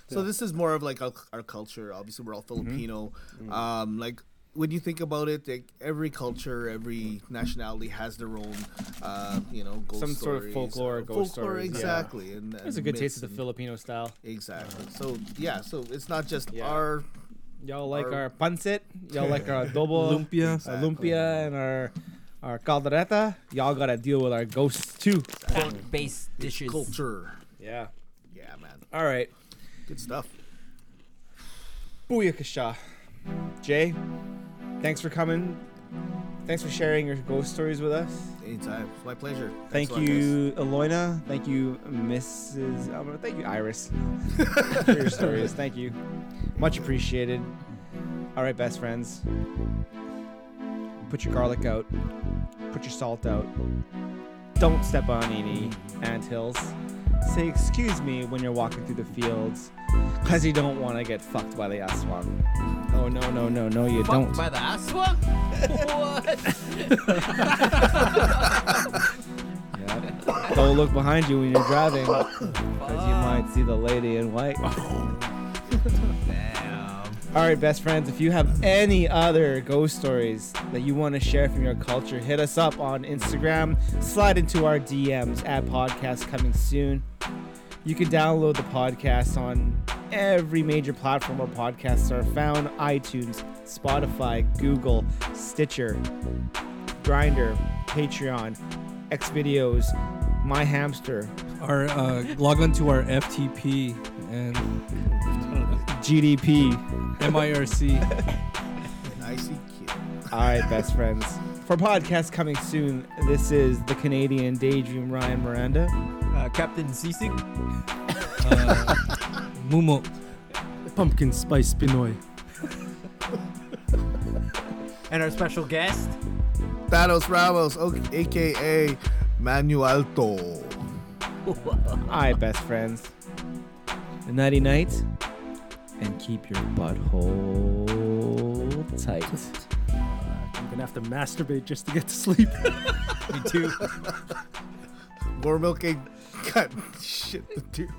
C: So, so this is more of like our, our culture. Obviously, we're all
A: Mm-hmm.
C: Filipino. Um, like when you think about it, like every culture, every nationality has their own, uh, you know, ghost
A: Some sort of
C: stories,
A: folklore,
C: uh,
A: ghost
C: folklore,
A: stories, yeah.
C: Exactly. And,
A: There's a
C: and
A: good taste of the
C: myths
A: Filipino style.
C: and- Exactly. So yeah, so it's not just
A: Yeah.
C: our
A: Y'all like
C: Our-
A: our, pancit. Y'all like our adobo,
B: Lumpia.
A: our lumpia, and our our caldereta. Y'all gotta deal with our ghosts too.
D: Pork based dishes.
C: culture.
A: Yeah.
C: Yeah, man.
A: All right.
C: Good stuff.
A: Booyakasha. Jay, thanks for coming. Thanks for sharing your ghost stories with us.
C: Anytime. It's my pleasure.
A: Thank
C: Thanks a lot,
A: you, Eloina. Thank you, Mrs. Alvarado. Thank you, Iris, for your stories. Thank you. Much appreciated. All right, best friends. Put your garlic out. Put your salt out. Don't step on any anthills. Say excuse me when you're walking through the fields because you don't want to get fucked by the aswang. Oh, no, no, no, no, you
D: Fucked
A: don't.
D: by the aswa? what?
A: Yeah. Don't look behind you when you're driving because you might see the lady in white.
D: Damn.
A: All right, best friends, if you have any other ghost stories that you want to share from your culture, hit us up on Instagram, slide into our DMs at podcast coming soon. You can download the podcast on every major platform where podcasts are found iTunes, Spotify, Google, Stitcher, Grinder, Patreon, Xvideos, My Hamster,
B: Our uh, log on to our FTP and
A: GDP.
B: MIRC.
C: ICQ.
A: All right, best friends. For podcast coming soon, this is the Canadian Daydream Ryan Miranda.
D: Uh, Captain Sisig.
B: Uh, Mumo.
K: Pumpkin Spice Pinoy.
D: And our special guest.
C: Thanos Ramos, o- aka Manuelto.
A: All right, best friends. Nighty night. And keep your butthole tight.
K: I'm gonna have to masturbate just to get to sleep.
D: Me too.
C: More milking. God, shit, dude.